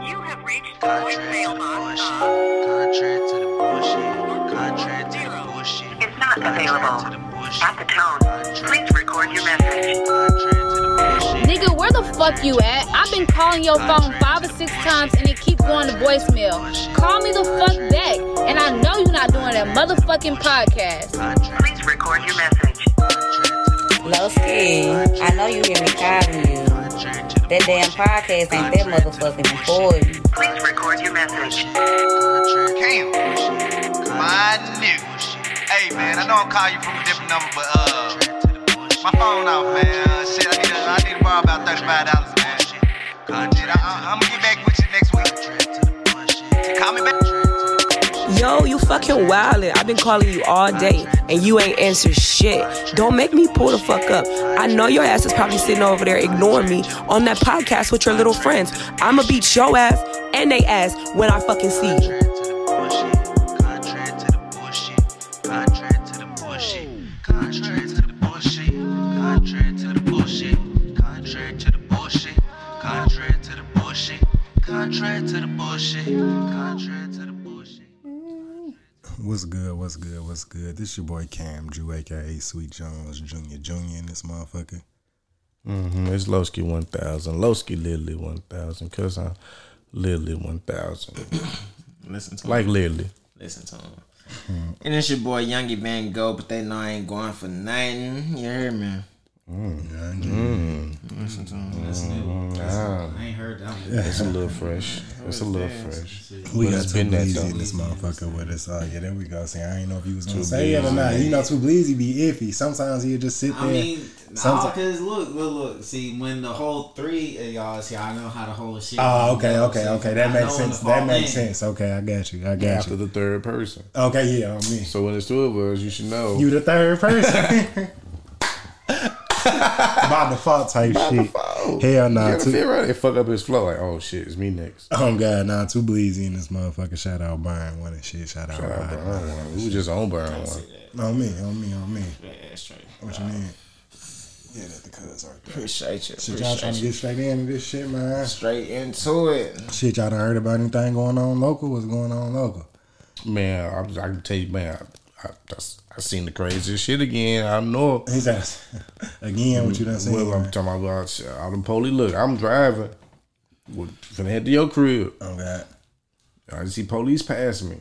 reached the Contrary voicemail to the box bullshit. of Contrary to the bullshit. Contrary to the Zero. bullshit. is not Contrary available. to the bullshit. At the tone, Contrary please to the record your bullshit. message. Contrary to the bullshit. Nigga, where the fuck you at? I've been calling your phone five or six times and it keep going to voicemail. Call me the fuck back, and I know you're not doing that motherfucking podcast. Contrary to Please record your message. the bullshit. Lowski, I know you hear me calling you. Contrary to the That damn bullshit. podcast ain't that motherfucking important. Please record your message. Uh, Cam, My nigga. Hey man, I know I'm calling you from a different number, but uh, my phone off, man. Shit, I need to, I need to borrow about thirty-five dollars, man. Shit, Uh, I, I, I'm gonna get back with you next week. Call me back. Yo, you fucking wildin'. I've been calling you all day and you ain't answered shit. Don't make me pull the fuck up. I know your ass is probably sitting over there ignoring me on that podcast with your little friends. I'ma beat your ass and they ass when I fucking see you. Contrary to the bullshit, contrary to the bullshit. What's good? What's good? What's good? This your boy Cam Drew, aka Sweet Jones Jr. Jr. in this motherfucker. Mm, It's Lowski 1000. Lowski Lily 1000. Cuz I'm Lily 1000. Listen to Like him. Lily. Listen to him. And it's your boy Youngie Van Gogh, but they know I ain't going for nothing. You hear me? Listen to him. Listen to him. Ah, I ain't heard that one. it's a little fresh. It's a little fresh. We But got it's two been that bleezy though. in this motherfucker with us. Oh yeah, there we go. See, I ain't know if you was gonna Too say it or bleezy. not. You know, too bleezy be iffy. Sometimes he'll just sit there. I mean, all Sometimes- because look, look, look. See, when the whole three of y'all is here, I know how the whole shit. oh, okay, you know what okay, I'm okay. saying? That I makes know sense. when to That fall makes in. sense. Okay, I got you. I got After you. the third person. Okay, yeah, on me. So when it's two of us, you should know. You the third person. By default type shit. Hell You nah. gotta Too, feel right. It fuck up his flow. Like, oh shit, it's me next. oh god, nah. Too bleezy in this motherfucker. Shout out Byron one and shit. Shout out Shout out Byron. Brian one. We was just on Brian one. On me, on me, on me. Yeah, that's straight. What you mean? Yeah, that the cuz right there. Appreciate you. Shit, y'all Appreciate trying to you. get straight into this shit, man. Straight into it. Shit, y'all done heard about anything going on local? What's going on local? Man, I, I can tell you, man, I, I, I seen the craziest shit again. I know. He says, again, what you done seen? Well, I'm man? talking about shit, all them police. Look, I'm driving. We're finna head to your crib. Oh, God. I see police pass me.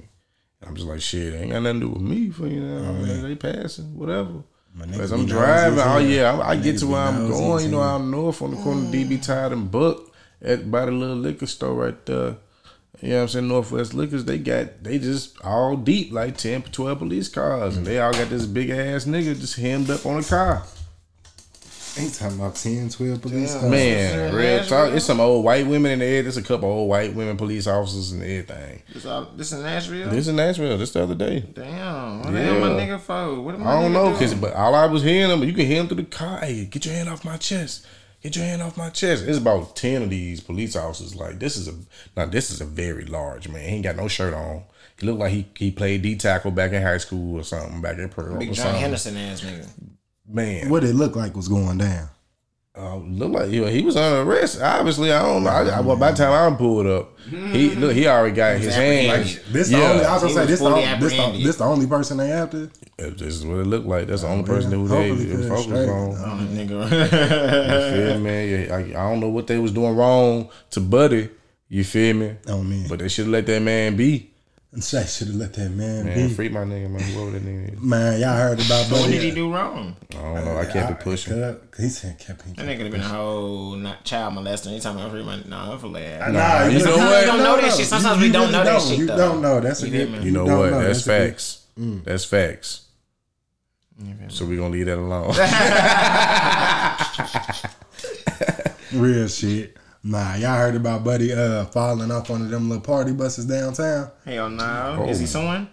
I'm just like, shit, ain't got nothing to do with me. For you know, I mean, they passing, whatever. Oh, My niggas Because be I'm nosy driving. as Oh hell. yeah, I, I Niggas get to be where I'm nosy going. You as know, hell. I'm north on the corner, of DB Tide and Buck at by the little liquor store right there. You know what I'm saying? Northwest Liquors, they got they just all deep, like 10, 12 police cars, and they all got this big ass nigga just hemmed up on a car. Ain't talking about 10, 12 police. cars. Man, red talk. It's some old white women in there. There's a couple old white women police officers and everything. This, all, this in Nashville. This in Nashville, this the other day. Damn. What Yeah. am my nigga for? What am I? I don't know, nigga cause doing? but all I was hearing them, you can hear them through the car. Hey, get your hand off my chest. Get your hand off my chest. It's about ten of these police officers. Like this is a now this is a very large man. He ain't got no shirt on. He looked like he he played D tackle back in high school or something back in Pearl Big or John something. Henderson ass nigga. Man, What it looked like was going down. uh, look like he, he was under arrest. Obviously, I don't know. I, I, well, by the time I'm pulled up, Mm. he look he already got his hands. apprehended. This the Yeah. only, I was gonna He say, was this the, fully only, this, the, apprehended. this the only person they after? If This is what it looked like. That's the only Well, person who they hopefully they they're focused straight. on. Uh, Oh, Nigga. feel me? Yeah, I, I don't know what they was doing wrong to Buddy. You feel me? Oh, man. But they should have let that man be. I should have let that man, Man, be. free my nigga, man. Whoever that nigga is. Man, y'all heard about what Buddy. did he do wrong? I don't know. I can't be pushing. He said, kept That nigga could have been a whole not child molester. Anytime I free my nah, I'm for laugh. Nah, you know look- what? We don't know that shit. Sometimes we don't know that shit, You though. don't know. That's a You good. get me? You know don't what? That's, a good- Mm. facts. That's facts. So we're gonna leave that alone. Real shit. Nah, y'all heard about Buddy uh falling off one of them little party buses downtown? Hell no. Oh. Is he suing?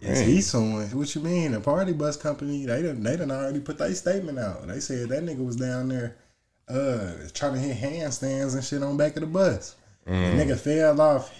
Is Hmm. he suing? What you mean? The party bus company? They done they done already put their statement out. They said that nigga was down there, uh, trying to hit handstands and shit on back of the bus. Mm. The nigga fell off,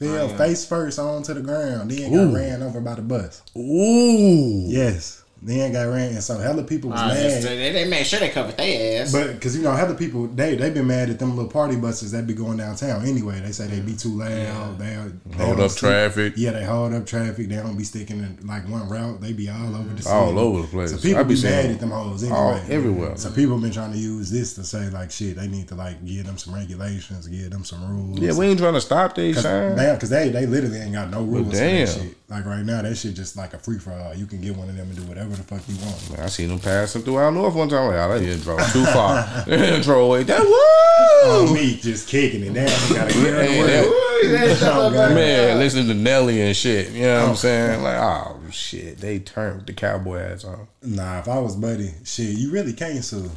fell face first onto the ground, then got ran over by the bus. Ooh. Yes. Then got ran, and so hella people was Uh, mad. so they, they made sure they covered their ass. But because you know how the people they they been mad at them little party buses that be going downtown anyway. They say they be too loud. They, they Hold don't up stick- traffic. Yeah, they hold up traffic. They don't be sticking in like one route. They be all over the city. All over the place. So people I be be mad seeing at them hoes anyway. all- everywhere. So people been trying to use this to say like shit. They need to like give them some regulations, give them some rules. Yeah, we ain't trying to stop these Cause signs. now, because they, they literally ain't got no rules. for that damn. shit. Like right now, that shit just like a free for all. You can get one of them and do whatever the fuck you want. I seen them passing through out north one time. Like, I didn't drive too far. They didn't throw away that woo. Oh, me just kicking it down. You gotta get out of the Man, way. that- woo, that- Oh, God. man, listening to Nelly and shit. You know what I'm saying? Like, oh shit, they turned the cowboy ass on. Nah, if I was Buddy, shit, you really can't sue.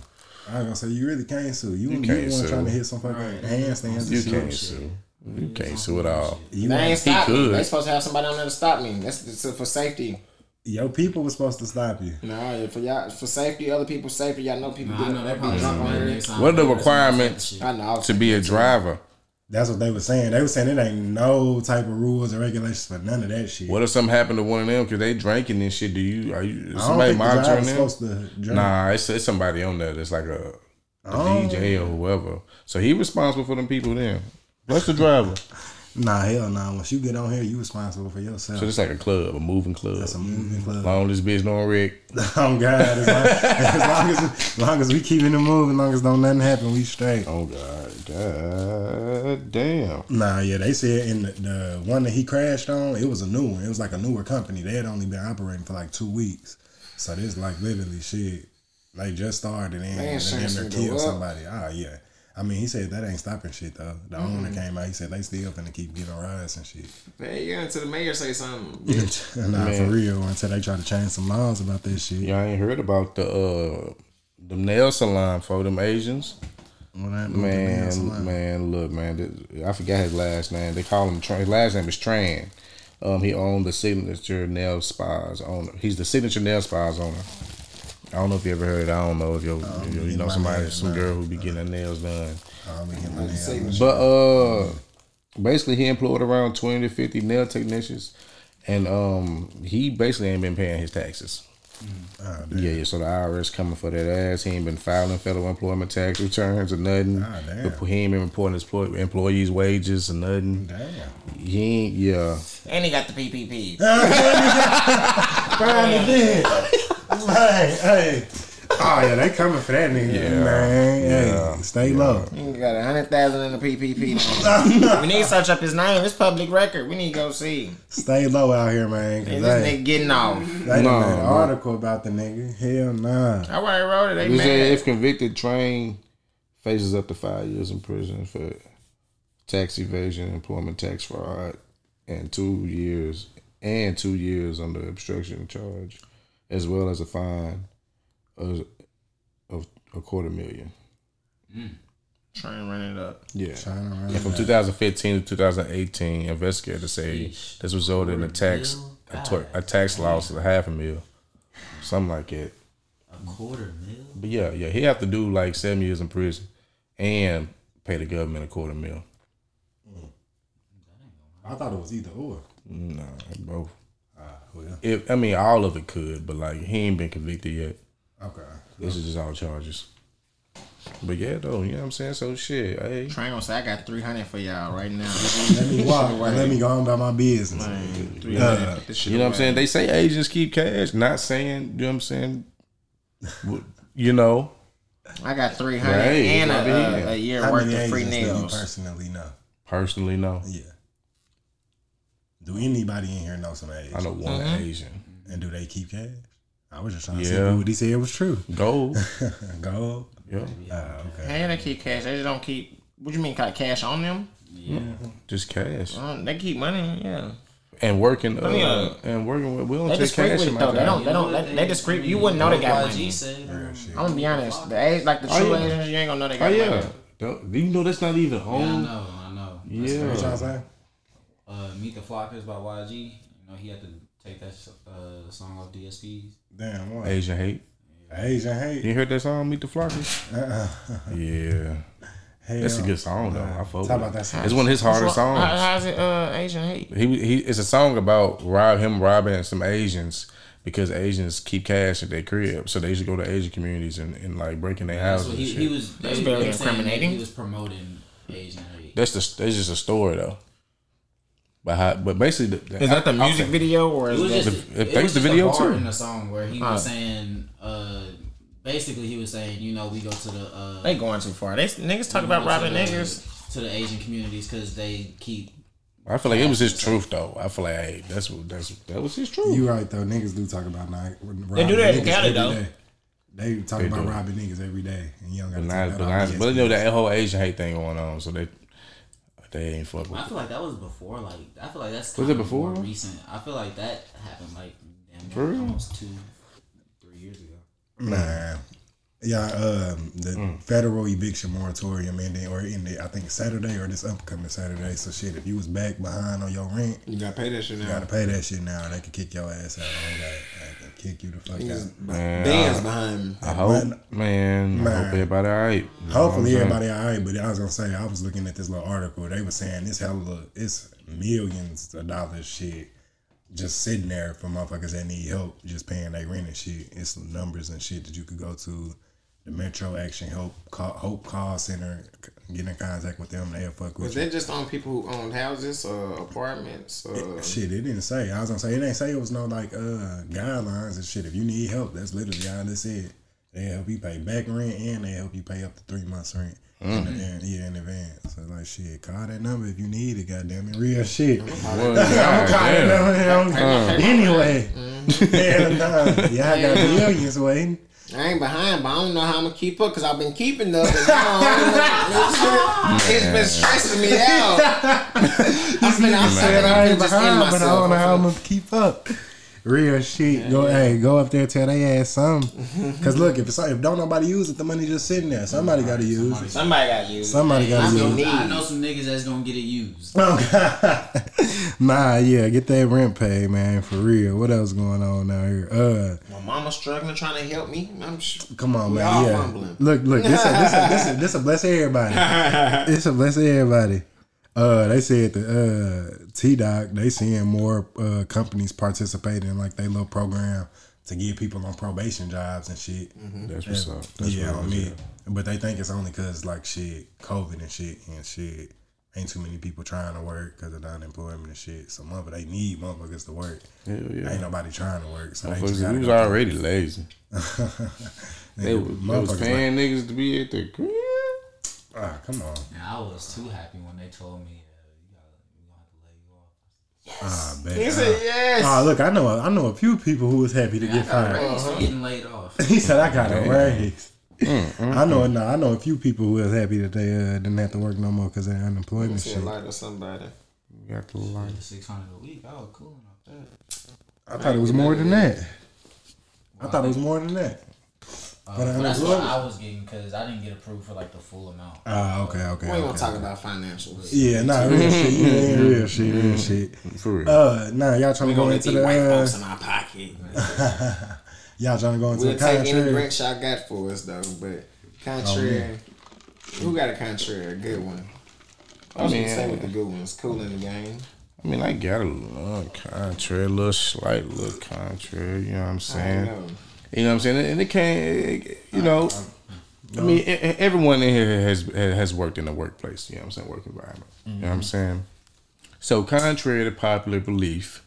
I was gonna say you really can't sue. You, you, can't the one sue. trying to hit some fucking handstands. and You shit. can't sue. You can't sue at all. You they ain't- ain't stop me. could. They supposed to have somebody on there to stop me. That's, that's for safety. Your people was supposed to stop you. No, for y'all, for safety, other people's safety. Y'all know people I know getting that that probably be drunk on here. What are the requirements I know. I was to be a driver? That's what they were saying. They were saying it ain't no type of rules or regulations for none of that shit. What if something happened to one of them because they drinking and shit? Do you are you is I don't somebody think the monitoring driver's them? supposed to drink. Nah, it's, it's somebody on there that's like a, a DJ or whoever. So he responsible for them people then. That's the driver. Nah, hell nah. Once you get on here, you responsible for yourself. So it's like a club, a moving club. That's a moving club. Mm-hmm. Long this bitch don't wreck. Oh God! As long as, long as, as long as we keeping it moving, as long as don't nothing happen, we straight. Oh god, god damn. Nah, yeah, they said in the, the one that he crashed on, it was a new one. It was like a newer company. They had only been operating for like two weeks, so this like literally shit. They just started and, and insurance then they will go killed up. somebody. Ah, yeah. I mean, he said that ain't stopping shit though. The Mm-hmm. owner came out. He said they still finna keep giving rides and shit. Hey, yeah, until the mayor say something. nah, for real. Until they try to change some laws about this shit. Y'all ain't heard about the uh the nail salon for them Asians. What happened with the man's Man, line? man, look, man. th- I forgot his last name. They call him Tran. His last name is Tran. Um, he owned the signature nail spas owner. He's the signature nail spas owner. I don't know if you ever heard. I don't know if you if you, you know my somebody, nails some girl who be getting her nails done. Oh, we get my nails. But uh, basically, he employed around twenty to fifty nail technicians, and um, he basically ain't been paying his taxes. Ah, Yeah, yeah. So the IRS coming for that ass. He ain't been filing federal employment tax returns or nothing. Ah, damn. He ain't been reporting his ploy- employees' wages or nothing. Damn. He ain't. Yeah. And he got the PPP. Brian did. hey, hey. Oh yeah, they coming for that nigga, Yeah, man. yeah, hey, stay low. He got a hundred thousand in the PPP. now. we need to search up his name. It's public record. We need to go see. Stay low out here, man. 'cause And this they, nigga getting off. they Nah, done made an bro. article about the nigga. Hell nah. I already wrote it. They He said mad. if convicted, Train faces up to five years in prison for tax evasion, employment tax fraud, and two years and two years under obstruction charge, as well as a fine of, of a quarter million. Train running up. Yeah. Trying to run From 2015 to 2018, investigators say this resulted in a tax a, tw- a tax loss of a half a mil, something like that. A quarter mil? But yeah, yeah, he have to do like seven years in prison and pay the government a quarter mil. I thought it was either or. Nah, both. Well, If I mean, all of it could, but like he ain't been convicted yet. okay. This is just all charges. But yeah, though, you know what I'm saying. So shit, hey, Train gonna say I got three hundred for y'all right now. Let me walk. and let me go on about my business. Three Uh, hundred. This shit you know what I'm away. saying. They say agents keep cash. Not saying, you know what I'm saying. W- You know, I got three hundred Right, and my a, man. a, a year How worth many of free agents do you nails. personally know? personally, no. Yeah. Do anybody in here know some agents? I know one Mm-hmm. Asian. And do they keep cash? I was just trying to see Yeah. if what he said was true. Gold. Gold. yeah. Ah, okay. Hey, they keep cash. They just don't keep. What you mean, got cash on them? Just cash. Um, they keep money. Yeah, And working uh, yeah. and working with we don't they take discreet cash with in it my though. They don't. job. They don't. They, they discreet. You wouldn't know they got money. YG said, um, I'm gonna be honest. The age, like the Oh, true yeah. Asians, you ain't gonna know they Oh got money. yeah. Don't- You know that's not even yeah, I home. know, I know. That's Yeah. crazy. What y'all say? Uh, Meet the Floppers by YG. You know, he had to take that uh, song off DSPs. Damn, what? Asian hate. Asian hate. You heard that song Meet the Flockers? Uh-uh. yeah. That's a good song though. I fuck Talk with about that it. song. It's one of his hardest How- songs. how's it uh, Asian hate? He he it's a song about rob him robbing some Asians because Asians keep cash at their crib, so they should go to Asian communities and, and like breaking their That's houses. what and he, shit. he was. They, That's very they saying that incriminating. He was promoting Asian hate. That's the that's just a story though. But how, but basically, the, Is that the music okay. video or It was is just, that? The- it was thanks to just a video, part too. in the song where he Huh. was saying, uh, basically, he was saying, you know, we go to the uh, They going too far. They niggas talk we about go to robbing the- niggas. to the Asian communities because they keep I feel like it was his truth though. I feel like hey, that's what that's that was his truth. You right though. Niggas do talk about night. They do that in Cali, though. They talk They about do. robbing niggas every day, and you don't got but to not, but, not, but you know that whole Asian hate thing going on, so they they ain't fuck with. I feel like that was before. Like I feel like that's Was kinda it before? more recent. I feel like that happened like damn, For real? almost two, three years ago. Nah. Yeah, um, the Mm. federal eviction moratorium ended or ended, I think Saturday or this upcoming Saturday. So shit, if you was back behind on your rent, You gotta pay that shit you now. gotta pay that shit now. They can kick your ass out. They gotta, they can kick you the fuck out. Man, Bands behind me. I hope, Man. man. I Man. hope everybody alright. You know what I'm Hopefully saying? everybody all right, but I was gonna say I was looking at this little article. They were saying this hella it's millions of dollars shit just sitting there for motherfuckers that need help just paying their rent and shit. It's numbers and shit that you could go to the Metro Action Help call, Hope Call Center, c- get in contact with them. They'll fuck with Was you. that just on people who owned houses or apartments? Or Shit, it didn't say. I was gonna say it ain't say it was no like uh guidelines and shit. If you need help, that's literally all they said. They help you pay back rent and they help you pay up to three months rent. In, in, yeah, in advance. So like, shit, call that number if you need it. Goddamn it, real shit. Well, I'm God calling damn. that number anyway. Hell no, y'all got millions waiting. I ain't behind, but I don't know how I'm gonna keep up because I've been keeping up. And now, this shit, it's been stressing me out. I've been I said I ain't behind, but I don't know how I'm myself. gonna keep up. Real shit. go hey, go up there tell they ass something. Cause look, if it's if don't nobody use it, the money just sitting there. Somebody gotta use it. Somebody got you. Somebody gotta I use know, it. Oh, I know some niggas that's gonna get it used. nah, yeah, get that rent paid, man, for real. What else going on out here? Uh, My mama struggling trying to help me. I'm sh- come on, We man. all Yeah, fumbling. look, look, this a, this a, this a, this a bless everybody. It's a bless everybody. Uh, they said the uh T Doc they seeing more uh companies participating in like they little program to get people on probation jobs and shit. That's what's up. That's yeah, what on it me. is. But they think it's only because like shit, COVID and shit and shit. Ain't too many people trying to work because of the unemployment and shit. So motherfucker, they need motherfuckers to work. Hell yeah. Ain't nobody trying to work. So they just Motherfuckers, gotta we was go. already lazy. Nigga, They was, they was motherfuckers paying niggas to be at the crib. like, ah, come on. And I was too happy when they told me, uh, you gotta, we gonna have to lay you off. Ah, man. he said yes. Ah, look, I know, I know a few people who was happy to get fired. So getting laid off. he said I got a raise. I know, no, I know a few people who was happy that they uh, didn't have to work no more because of unemployment Say a shit. light or somebody. You got the light. Six hundred a week. I was cool off that. I thought it was more than that. I thought it was more than that. Uh, But but that's what unemployment- I was getting because I didn't get approved for like the full amount. Ah, okay, okay. We ain't gonna okay. talk about financials. Yeah, nah, real shit. Yeah, real shit, real shit. For real. Uh, nah, y'all trying We to gonna go let into these the white uh, folks in our pocket. y'all trying to go into We'll the take any contract. rent y'all got for us though, but contrary, who got a contrary? A good one. I was I mean, gonna say with the good ones, cool in the game. I mean, I got a little contrary, a little slight, little contrary. You know what I'm You saying? know, You know what I'm saying? And it can't, you know. I mean, e- e- everyone in here has has worked in the workplace. You know what I'm saying? Work environment. You know Mm-hmm. what I'm saying? So, contrary to popular belief,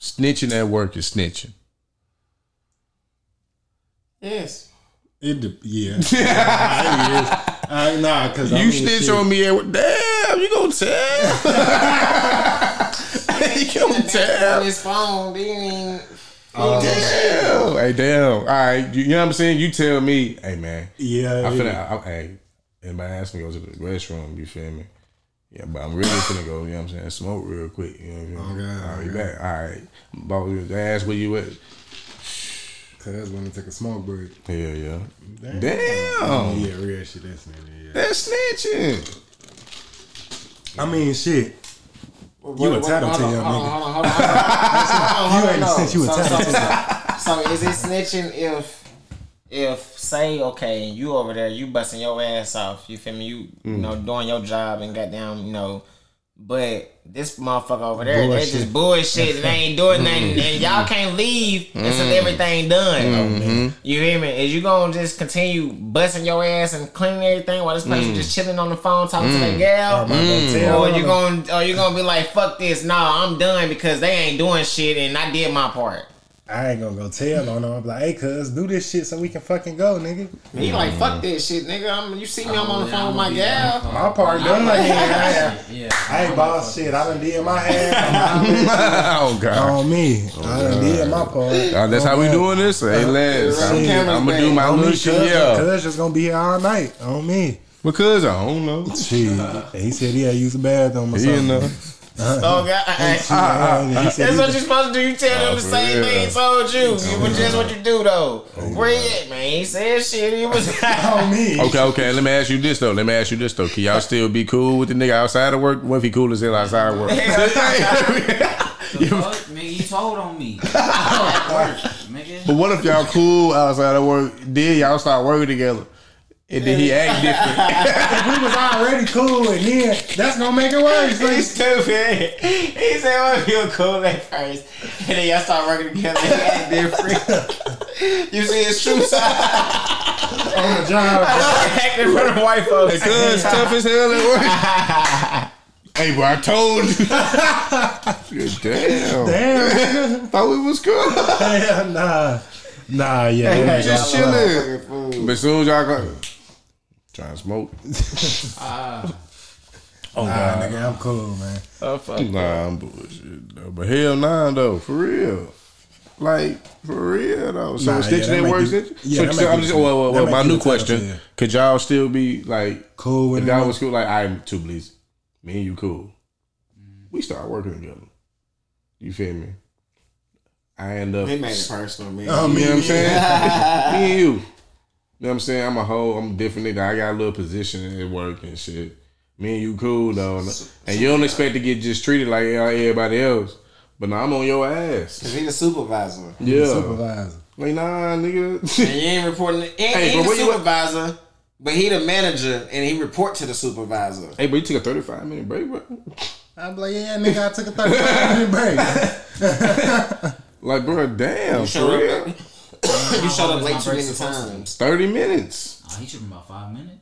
snitching at work is snitching. yes. It de- yeah. I, it is. I, nah, because you I mean, snitch shit, on me at work. Damn, you gonna tell? you gonna On tell? Oh, his phone, they ain't. Oh. Damn. Hey, damn. All right. You, you know what I'm saying? You tell me, hey, man. Yeah, I yeah. feel like, I, I, hey, anybody ask me to go to the restroom, you feel me? Yeah, but I'm really finna go, you know what I'm saying? Smoke real quick, you know what I'm saying? Okay, I'll be okay. back. All right. Boss, they ask where you at. Cause when they took a smoke break. Hell yeah. Damn. Damn. Yeah, real shit. That's nigga. Yeah. That's snitching. I mean, shit. What- what- entitled hold to on, your hold nigga. on, hold on, hold on, hold on, hold You on, ain't hold on. since you So- entitled so- to So is it snitching if if say okay you over there you busting your ass off you feel me you you know doing your job and goddamn you know But this motherfucker over there, they Bullshit. just bullshit and they ain't doing nothing, and y'all can't leave until everything done. You hear me? Is you gonna just continue busting your ass and cleaning everything while this person just chilling on the phone talking to that gal? Hmm. Or you gonna, or you gonna be like, fuck this? Nah, I'm done because they ain't doing shit and I did my part. I ain't gonna go tell on them. I'm like, hey, cuz, do this shit so we can fucking go, nigga. He like fuck that shit, nigga. I'm, you see me? I'm on the phone with my gal. My part done. I ain't, I, Yeah. I ain't boss shit. I done did my half. oh god. on me. I done did my part. Uh, that's how we doing this. Uh, Hey, Les, shit. I'm, I'm gonna do my On little me, cuz. shit. Yeah, Cuz just gonna be here all night. On me. because I don't know. Shit. He said he had used the bathroom or You something. know, Oh God. She hung, and he said That's he- what you're supposed to do. You tell them the for same real. Oh, thing he told you. You was just what you do though. Where he at, man? He said shit. He was. on me. okay, okay. Let me ask you this though. Let me ask you this though. Can y'all still be cool with the nigga outside of work? What if he cool as hell outside of work? The fuck, nigga, you told on me. But Nigga, what if y'all cool outside of work? Then y'all start working together, and then he act different. we was already cool, and then that's gonna make it worse. He's Like, stupid. He said, "Well, if you're cool at first, and then y'all start working together. He act different. you see his true side. on the job, Acting for the white folks. Cause tough as hell at work. hey, bro, I told you. Damn, damn. thought we was cool. Hell, nah, nah, yeah. we was Just all- chilling. But soon as y'all go, trying to smoke. Ah. oh Nah, god, nigga, I'm cool, man. nah, I'm bullshit. Though. But hell, nah, though, for real. Like for real though. So Nah, stitching yeah, that that make works. you- it? yeah, so, that so make I'm you- just. Well, that well, well, make my you new look tough, question: yeah. Could y'all still be like Cool with if it. y'all was cool? Like I'm two bleeds. Me and you cool. Mm. We start working together. You feel me? I end up Oh, He made it personal, man. I you know what I'm mean, saying? Me and you. You know what I'm saying? I'm a hoe. I'm a different nigga. I got a little position at work and shit. Me and you cool though. And, and you don't expect to get just treated like everybody else. But now I'm on your ass. Cause he the supervisor. Yeah. supervisor. Like, nah, nigga. And you ain't reporting. And, Hey, he but the where you at? supervisor, but he the manager, and he report to the supervisor. hey, but you took a 35 minute break, bro. I'm like, yeah, nigga, I took a 35 minute break. Like, bro, damn. For Showed up- real. you showed up late My too break's many supposed to be- times. 30 minutes. Oh, he tripping about five minutes.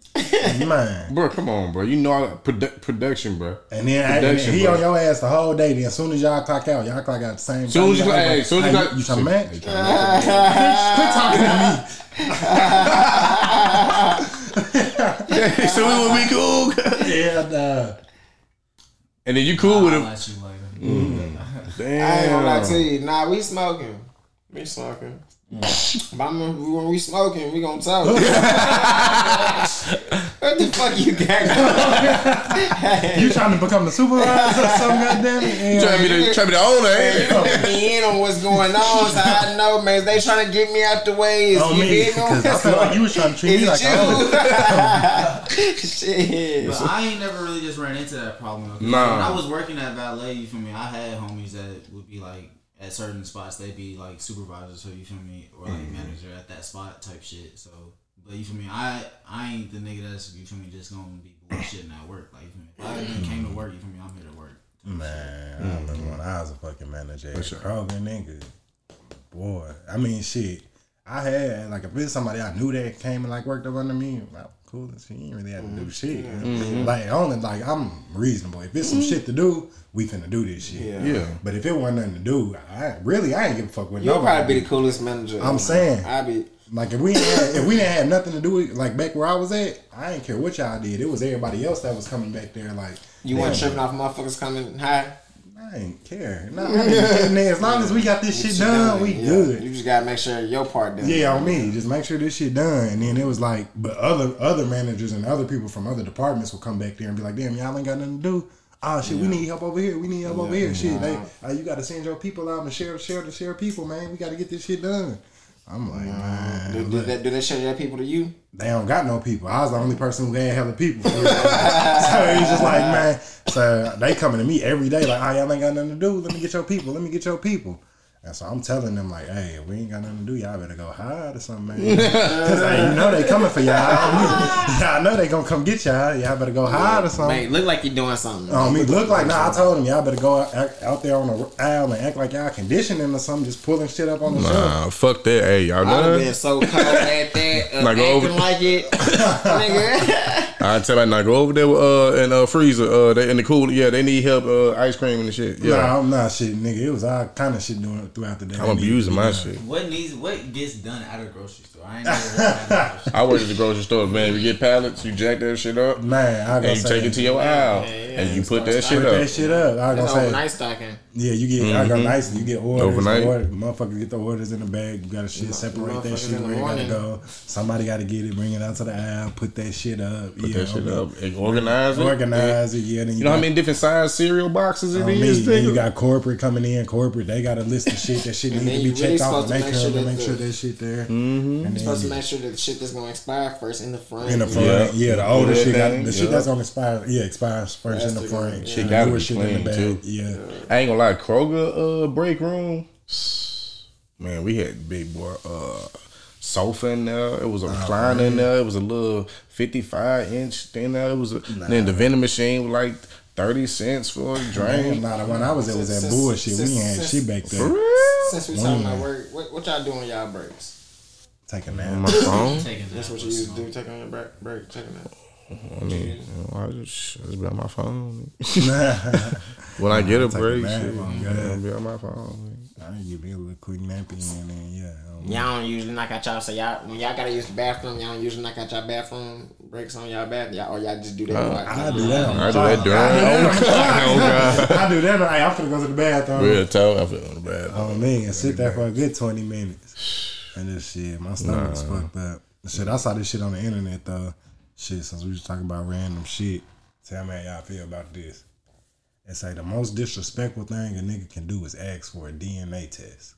Man. Bro, come on, bro. You know I, produ- production, bro. And then, and then Production, he bro. on your ass the whole day. Then as soon as y'all clock out, y'all clock out the same Soon time. as you Y'all clock- hey, like, soon as you clock- You trying to match? Hey, tryna match? Quit talking to me. Hey, so we would be cool. Yeah, nah. and then you cool with I'll him. let Mm. you later. Damn. I ain't gonna lie to you. Nah, we smoking. We smoking. Mm. But I'm gonna- when we smoking, we gonna talk. what the fuck you got You trying to become the supervisor or something, goddamn it? Trying to be the, trying to be the owner, ain't it? going me in on what's going on? So I know, man. They trying to get me out the way. Is On you me, in on because I what's felt like going- you was trying to treat Is me it like I was. you? Shit. But I ain't never really just ran into that problem. Nah. When I was working at valet, you feel me? I had homies that would be like at certain spots they'd be like supervisors, so you feel me, or like manager at that spot type shit. So, but you feel me? I I ain't the nigga that's you feel me just gonna be bullshitting at work. Like you feel me? If I even came to work, you feel me? I'm here to work. Man, I remember when I was a fucking manager at Kroger, nigga. Boy, I mean, shit. I had like if it's somebody I knew that came and like worked up under me, I'm cool as shit. You ain't really had to Mm. do shit. Mm-hmm. Like only like I'm reasonable. If it's some shit to do, we finna do this shit. Yeah. Yeah. But if it wasn't nothing to do, I really I ain't give a fuck with You'll nobody. probably be the coolest manager. I'm saying. I be. Like if we ain't had, if we didn't have nothing to do with like back where I was at, I ain't care what y'all did. It was everybody else that was coming back there. Like You damn, want tripping off motherfuckers coming high? I ain't care. Nah, I ain't care, man. as long as we got this shit done, we Yeah. good. You just gotta make sure your part done. Yeah, on me. Just make sure this shit done. And then it was like, but other other managers and other people from other departments will come back there and be like, damn, y'all ain't got nothing to do. Oh shit, we need help over here. We need help over here. Shit, they, uh, you got to send your people out and share, share, to share people, man. We got to get this shit done. I'm like, man, Do, do, look, they, do they show your people to you? they don't got no people. I was the only person who had hella people. For real. so it's just like, "Ah, man. So they coming to me every day, like, oh, y'all ain't got nothing to do. Let me get your people. Let me get your people. And so I'm telling them like, hey, if we ain't got nothing to do, y'all better go hide or something, man. Because I know they coming for y'all. I know they gonna come get y'all. Y'all better go hide or something. Mate, look like you're doing something. Oh, me look like nah. I told him y'all better go out, act- out there on the aisle and act like y'all conditioning or something, just pulling shit up on the shelf. Nah, fuck that. Hey, y'all I'd have been done? so cold at that, uh, Like, acting over- like it, nigga. I tell that now go over there with, uh and uh freezer uh they in the cooler. Yeah, they need help uh ice cream and the shit. Yeah. Nah, I'm not shit, nigga. It was all kind of shit doing throughout the day. I'm abusing my shit. What needs what gets done at a grocery store? I ain't never worked at a grocery store. I work at the grocery store, man. You get pallets, you jack that shit up, Man, I and gotta you say, take it to your aisle, yeah, yeah. and you put that put shit that up. Mm-hmm. shit up. I That's was all gonna say, night stocking. yeah, you get I got nice. You get orders, Overnight. order- motherfuckers get the orders in the bag. You gotta shit separate that motherfuckers shit in the where it gotta morning. go. Somebody gotta get it, bring it out to the aisle, put that shit up. Put yeah, that shit okay. up, and organize it. Organize it, yeah. Then you, You know how got- many different size cereal boxes it on me. is? Then nigga? you got corporate coming in. Corporate, they got a list of shit that shit need And to then be you checked really off. supposed Make to make sure, sure to that make the- sure that shit there. Mm-hmm. And Supposed to then make sure that the shit that's gonna expire first in the front. in the front, yeah, the older Yeah. shit, got, the Yeah. shit that's gonna expire, yeah, expires first in the That's front. the- The gotta newer be shit in the clean, back, too. yeah. I ain't gonna lie, Kroger uh, break room. Man, we had big boy uh, sofa in there. It was a recliner in there. It was a little fifty-five inch thing there. It was a, then the vending machine was like thirty cents for a Damn, drink. nah, the one I was at was that Since- bullshit. We since- ain't had since- shit back For there. real? Since we One talking man. about work, what, what y'all doing y'all breaks? Take a On my nap. phone. Taking that. That's what you used to do, taking a break, break, taking that. I mean, you know, I just, I just be on my phone. when I get a Take a break, nap, shit, my I'll God. be on my phone. I give you a little quick nap in and then yeah. I don't- Y'all don't usually knock out y'all. So y'all, when y'all gotta use the bathroom, y'all don't usually knock out y'all bathroom breaks on y'all bath. Y'all, or y'all just do that. while- I do that. on I do the that clock. during. I do that on the Oh clock. God. I do that. Like, I'm finna go to the bathroom. Real talk. I feel bad. Oh man, and sit there for a good twenty minutes. And this shit, my stomach's fucked up. Shit, I saw this shit on the internet though. Shit, since we was talking about random shit, tell me how y'all feel about this. And say the most disrespectful thing a nigga can do is ask for a DNA test.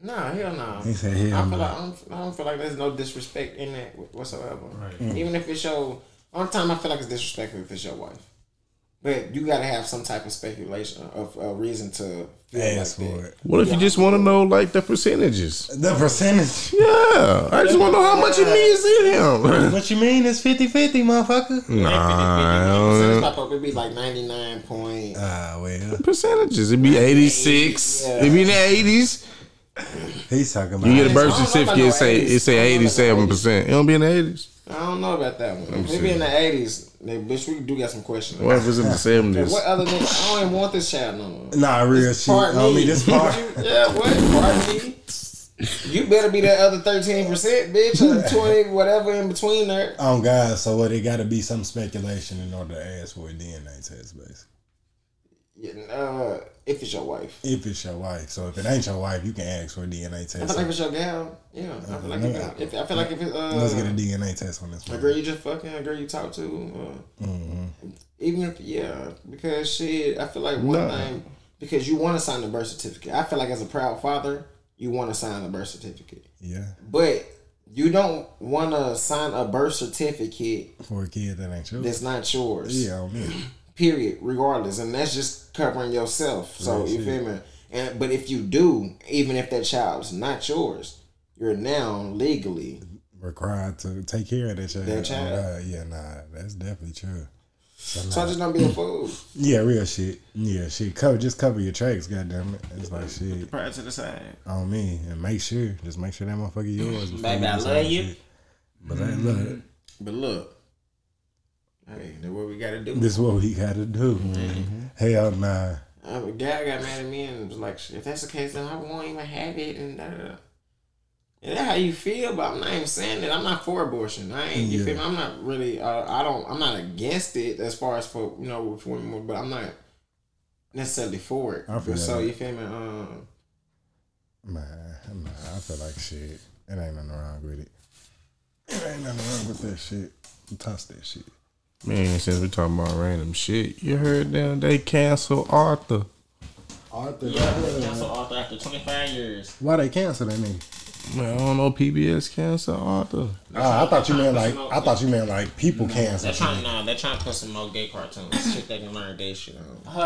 Nah, hell no. He said, "Hell I feel no." like I don't, I don't feel like there's no disrespect in that wh- whatsoever. Even if it's your only time, I feel like it's disrespectful if it's your wife. But you gotta have some type of speculation of a reason to feel Ask like for that. it. What if you just want to know like the percentages? The percentage. Yeah, I just want to know how much it means to him. what you mean? It's 50-50, motherfucker. Percentage nah, pop up, it'd be like ninety nine point. Ah, well, percentages. It'd be eighty six. It'd be in the eighties. he's talking about. You get a I birth don't know certificate. about It say no it say 80s. eighty seven percent. It don't be in the eighties. I don't know about that one. Maybe see. in the eighties, bitch, we do got some questions. What if it's in the But seventies? what other than I don't even want this child no more. Nah, real shit. Part I me. mean, this part. yeah, what? Part me. You better be that other thirteen percent, bitch, or twenty, whatever in between there. Oh God! So what? It got to be some speculation in order to ask for a DNA test, basically. Uh, if it's your wife, If it's your wife, so if it ain't your wife, you can ask for a DNA I test. feel like if it's your gal, yeah, I feel like if, it- if I feel like if it's uh, Let's get a DNA test on this a one. girl you just fucking, a girl you talk to, uh, even if yeah, because shit, I feel like one thing because you want to sign the birth certificate. I feel like as a proud father, you want to sign the birth certificate. Yeah, But you don't want to sign a birth certificate for a kid that ain't yours. that's not yours. Yeah, on me. Period. Regardless, and that's just covering yourself. So you feel me? And but if you do, even if that child's not yours, you're now legally. Required to take care of that child. That child. Oh, God. Yeah, nah, that's definitely true. So I just don't be a fool. Yeah, real shit. Yeah, shit. Cover just cover your tracks. Goddamn it. It's like shit Prior to the side. on me, and make sure just make sure that motherfucker yours. before Baby, you I love do some you. shit. But hey, look, But look, hey, that's what we gotta do. this is what we gotta do. Mm-hmm. Hell nah. Um, a guy got mad at me and was like, if that's the case, then I won't even have it. And da, da, da. And that's how you feel, but I'm not even saying that. I'm not for abortion. I ain't, you feel me? I'm not really, uh, I don't, I'm not against it as far as for, you know, with women, but I'm not necessarily for it. I feel so, that. you feel me? Um, Nah, nah, I feel like shit. It ain't nothing wrong with it. It ain't nothing wrong with that shit. Toss that shit. Man, since we're talking about random shit, you heard them? They cancel Arthur. Arthur, Yeah, cancel Arthur after 25 years. why they cancel that nigga? Man, I don't know PBS cancer, Arthur. Ah, I thought you meant like I thought you meant like people cancer. They're trying, nah, they're trying to put some more gay cartoons. shit they can learn gay shit on.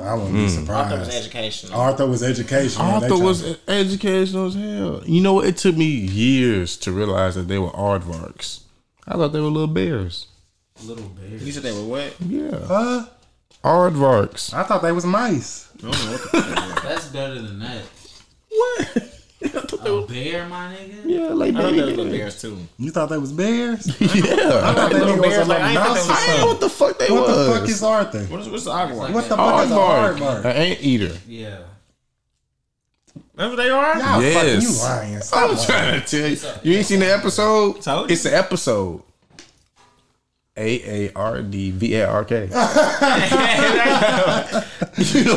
I wouldn't be surprised. Arthur was educational. Arthur was educational. They Arthur tryna- was e-, educational as hell. You know, it took me years to realize that they were aardvarks. I thought they were little bears. Little bear. You said they were what? Yeah, Huh? aardvarks. I thought they was mice. That's better than that. What? A bear, my nigga. Yeah, like I thought they were that. little bears too. You thought they was bears? Yeah, I I thought that nigga was a bears, like, I ain't thought they mouse or was- didn't know something. what the fuck they What was. the fuck is Arthur? What is what's the aardvark? What the fuck is a aardvark? aardvark? An anteater. Yeah. Remember they are? Y'all fucking Yes. you lying. Stop I'm lying. trying to tell you. You ain't seen the episode? Told you. It's an episode. A A R D V A R K. You know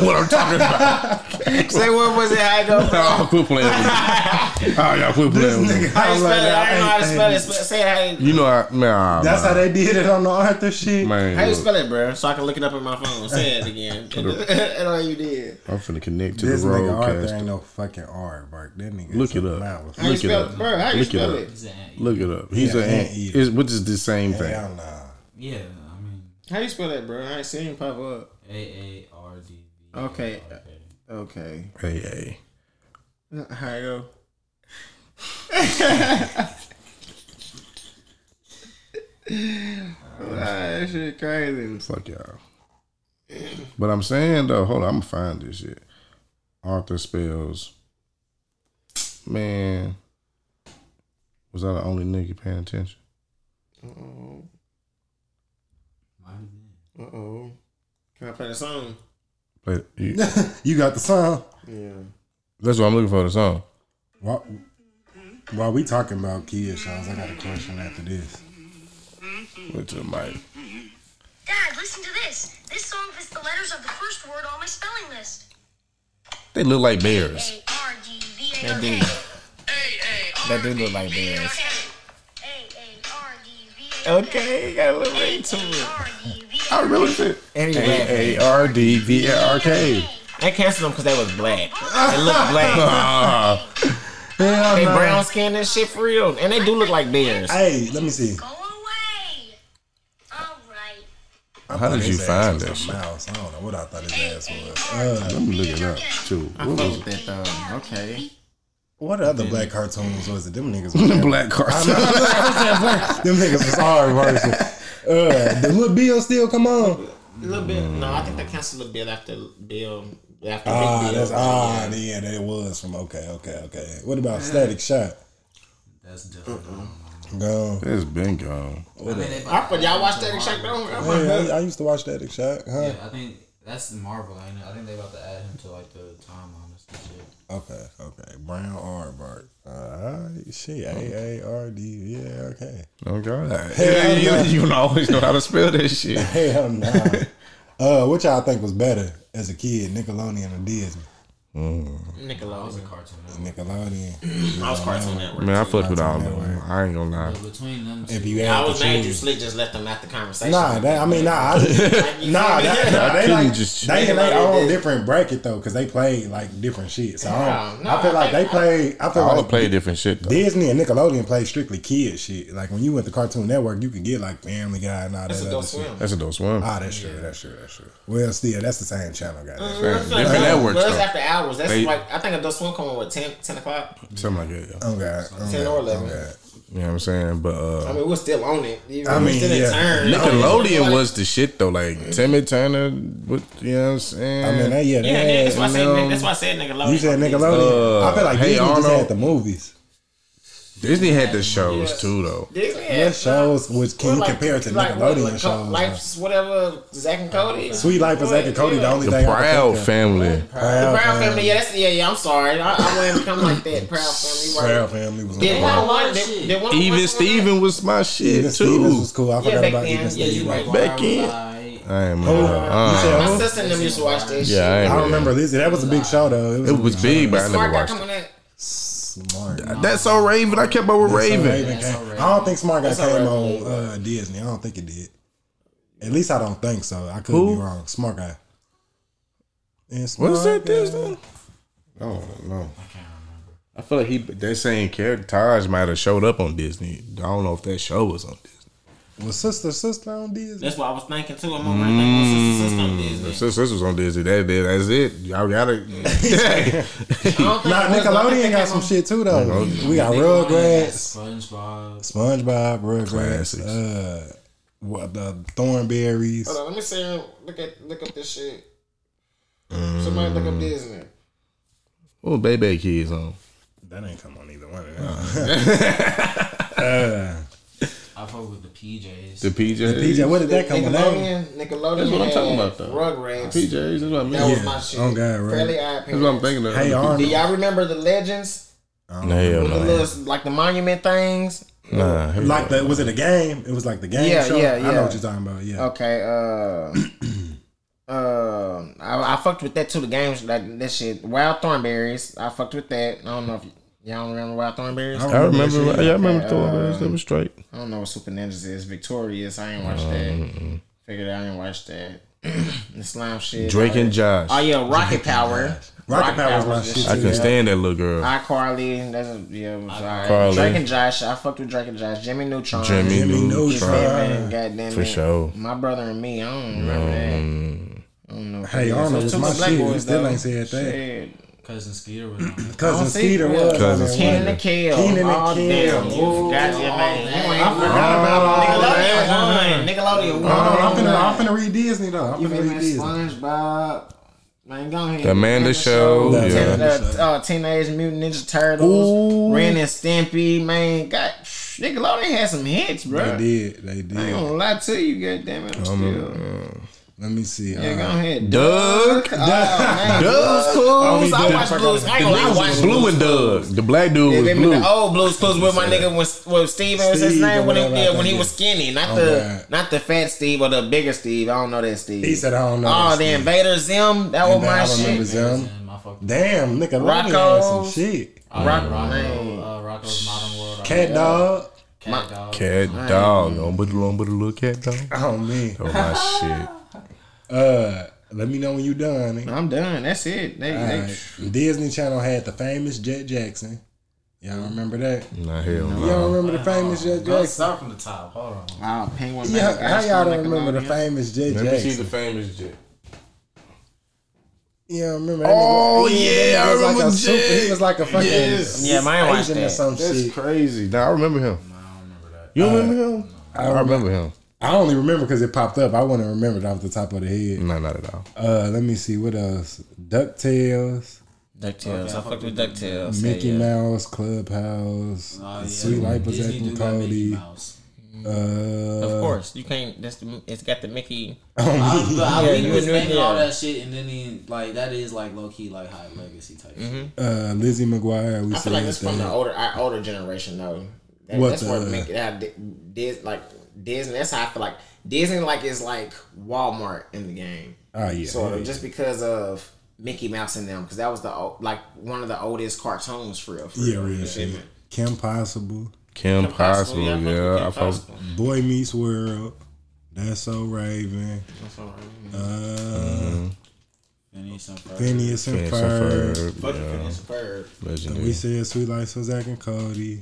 what I'm talking about. Say what was it? How it go? Oh, quit playing with me. Oh, y'all quit This playing with me. nigga, How you spell I love it? I that. don't know how to Hey, spell hey, it. Sp- Say it how you, You know I nah, That's nah. how they did it on the Arthur shit. man. how you look, spell it, bro? So I can look it up in my phone. Say it again. That's all you did. I'm finna connect to This the nigga Arthur roadcast. ain't no fucking aardvark. That nigga. Look is a it up. mouse. How you Look it spell up. it, bro? How you Look it spell up. it? He's an ant. Look it up. He's Yeah, an anteater. anteater. It's- Which is the same thing. Hell nah. Yeah, I mean, How you spell that, bro? I ain't seen it pop up. A A R D V. Okay. Okay. A A. How you go? that shit crazy. Fuck y'all. But I'm saying though, hold on, I'm gonna find this shit. Arthur spells. Man, was I the only nigga paying attention? Uh oh. Can I play the song? But you, You got the song. Yeah. that's what I'm looking for the song. While, while we talking about kids, Shaw's, I got a question after this. Went to the mic. Dad, listen to this. This song is the letters of the first word on my spelling list. They look like bears. That dude. That dude look like bears. Okay, got a little bit to it. I remember shit. A A R D V A R K. They canceled them because they was black. They look black. Ah, Hell They nah. brown skin and shit for real, and they do look like bears. Hey, let me see. Go away. All right. how did you His ass find was that a shit? mouse. I don't know what I thought his ass was. Uh, Let me look it up too. What was it? That though, okay. what other black cartoons was it? Them niggas. The Was black cartoon. them niggas was aardvarks. Uh, the little bill still come on. A little bit. No, I think they canceled the bill after bill after Ah, big bill. that's ah, yeah, that was from. Okay, okay, okay. What about Static Shot? That's different. Gone. It's been gone. I mean, they- I forgot y'all watched that and checked it over. Hey, Oh, I, I used to watch Static Shot, huh? Yeah, I think that's Marvel. I, know. I think they about to add him to like the timeline and some shit. Okay, okay. Brown Aardvark. Alright, shit. A A R D. Yeah, okay. Oh God! Hell you, no. you don't always know how to spell that shit. Hell no. uh, which I think was better as a kid, Nickelodeon or Disney? Nickelodeon. Cartoon. Network. Nickelodeon. I was Cartoon Network. Man, I fucked with all Cartoon of them. Network. I ain't gonna lie. But between them, two, If you I had was to made you choose. sleep, just let them out the conversation. Nah, that, I mean, nah, I, nah, that, nah. They couldn't like just- they Nickelodeon in their own did. different bracket though, because they played like different shit. So I, don't, Nah, I feel nah, like I- they played. I feel All like play different shit though. Disney and Nickelodeon played strictly kid shit. Like when you went to Cartoon Network, you could get like Family Guy and all That's that Adult other shit. Swim. That's a dope one. Ah, that's true. That's true. That's true. Well, still, that's the same channel, guys. Mm, Different Well, networks Well, it's though. after hours. That's They- like I think Adult Swim come on what 10, 10 o'clock. Something like that. Yeah. Oh god. Oh, 10 God. or 11. Oh, God. You know what I'm saying? But I uh mean, we're still on it. You know, I we're mean, still in yeah. turn. Nickelodeon was the shit though. Mm-hmm. Like Timmy Turner, what you know I what I'm mean, saying? they, yeah, they Yeah, nigga, had, that's why I said. no. nigga- That's why I said Nickelodeon. you said Nickelodeon. Uh, I feel like Hey Disney just Arnold. had the movies. Disney had the shows Yes. too though. Disney had- What shows which Well, can you like- compare it to like what, Nickelodeon like, Co- shows? though? Life's whatever Zach and Cody. Sweet Life of Zack and Cody, the only The thing. I can Proud think of. Family. The Proud Proud Family. Family. Yeah, that's, yeah, yeah. I'm sorry. I, I wouldn't come like that. Proud Family. you Right. Proud Family was. Did on. one of lot one? of Did, shit. did one of Even one- Steven was my shit Even Stevens too. was cool. I Yeah, forgot back about then. Even Yeah, you Stevens. Oh, right. Back in. I ain't remember. Uh, You My said who? sister and them used to watch that yeah, shit. I ain't I really- don't remember Lizzie. That was a big show though. It was big, but I never Smart guy watched coming it. in. smart. That's so Raven. I kept up with Raven. Raven came- I don't think Smart Guy came on uh, Disney. I don't think it did. At least I don't think so. I could Who? be wrong. Smart Guy. And What is Smart that Guy. Disney? I don't know. I feel like he that same character Taj might have showed up on Disney. I don't know if that show was on Disney. Was sister sister on Disney? That's what I was thinking too. I'm over thinking what's his sister on Mm, Disney. the sisters was on Disney. That, that that's it. Y'all gotta. Nah, Nickelodeon got some shit too though. Nickelodeon. We got Rugrats, SpongeBob. SpongeBob, Rugrats, uh, what the Thornberries. Hold on, let me see. Look at look up this shit. Somebody look up Disney. Oh, baby kids on. That ain't come on either one of Uh. them. I fuck with the PJs. The PJs. PJ, what did that come Nickelodeon, Nickelodeon. That's what I'm talking had about though. Rugrats. PJs. That's what I mean. That was my shit. Oh God, right. Fairly Odd Parents. That's what I'm thinking of. Hey, Do Arnold. Oh, y'all remember the legends? Hell no. The little, like the monument things. Nah, here we like go. the was it a game? It was like the game yeah, show. yeah, yeah. I know what you're talking about. Yeah. Okay. Uh, uh, I, I fucked with that too. The games that that shit. Wild Thornberries. I fucked with that. I don't know if y'all remember Wild Thornberries. I remember. that shit. Yeah, I remember Okay, Thornberries. um, That was straight. I don't know what Super Ninjas is. Victorious. I ain't watched that. Figured I ain't watched that. the slime shit. Drake all and that. Josh. Oh yeah, Rocket Power. Rocket Power was my the shit, I couldn't stand that little girl. iCarly, that's a, yeah, it was alright. Carly. Drake and Josh, I fucked with Drake and Josh. Jimmy Neutron, Jimmy Jimmy Neutron. Neutron. goddamn For it. sure. mm. My brother and me, I don't remember that. I don't know. Hey, Arnold was my shit. You still ain't said that. Cousin Skeeter was on. it. Cousin Skeeter was. on Cousin there, Skeeter. wasn't Keenan and it? Kel. Keenan all and Kel. damn. Ooh, Gotcha, man. You ain't forgot about Nickelodeon one. Nickelodeon one. Hold on, I'm finna, I'm finna read Disney though. I'm You finna feel me? read Disney. SpongeBob. Man, go ahead. The Amanda Show, The yeah. Amanda Show. Uh, Teenage Mutant Ninja Turtles. Ren and Stimpy. Man, God, Nickelodeon had some hits, bro. They did. They I ain't did. gonna lie to you, goddamn it. I'm still. Let me see. Uh, Yeah, go ahead. Doug. Oh, Oh, man. Blues Clues. Doug's Clues. I watched Blues. I ain't gonna lie, I watched Blue and Doug. The black dude Yeah, was they made blue. the old Blues Clues with my nigga when, when Steve was his Steve or name when he, whatever, I yeah, when think he it was is. skinny, not Oh, the God. not the fat Steve or the bigger Steve. I don't know that Steve. He said, "I don't know Oh, that the Steve." Invader Zim. That was And Oh, my I remember shit. them. I fuck with Damn, nigga, Ronnie had some Rocco's. shit. Rock, man. Rocco, uh, Rocco's Modern World. Cat dog. Cat Dog. Cat dog. Don't put the long but a little cat dog. Oh man. Oh my shit. Uh, let me know when you done. nigga. I'm done. That's it. They, All they, right. Disney Channel had the famous Jet Jackson. Y'all remember that? Nah, hell Y'all no. remember the famous Jet Go Jackson? start from the top. Hold on. Wow, Penguin. Man, Yeah, how that's y'all from don't remember the Nickelodeon. famous Jet Let me see the Jackson? famous jet. Yeah, remember that? Oh, nigga- he- yeah, he I was like remember a super- Jet. He was like a fucking Yes. Yeah, mine watched Asian or that. some That's shit. crazy. Nah, I remember him. You don't remember him? I remember him. I only remember because it popped up. I wouldn't remember it off the top of the head. No, not at all. Uh, let me see what else. Ducktales, DuckTales. I fucked with DuckTales. Mickey yeah, yeah. Mouse, Clubhouse, Oh, yeah. Sweet Life was Disney acting do got Mickey Cody. Mouse. Uh, Of course, you can't. That's the, it's got the Mickey. I, but I Yeah, think you he was would know thinking all that. that shit, and then he, like that is like low key like high legacy type. shit. Uh, Lizzie McGuire, we I said feel like it's from the that. older our older generation though. That, What that's the- where make it out. Dis, like Disney. That's how I feel like Disney. Like is like Walmart in the game. Oh yeah, sort yeah, of yeah. just because of Mickey Mouse and them because that was the o- like one of the oldest cartoons for real. For yeah, real. real You shit. feel me? Kim Possible, Kim Possible. yeah, I fuck with Kim Yeah, I fuck. Possible. Boy Meets World, That's So Raven, uh, Phineas and Ferb. Mm-hmm. Phineas and Phineas Ferb. and Ferb. Fuck Yeah. Phineas and Ferb. We Legendary. said Sweet Life for Zach and Cody,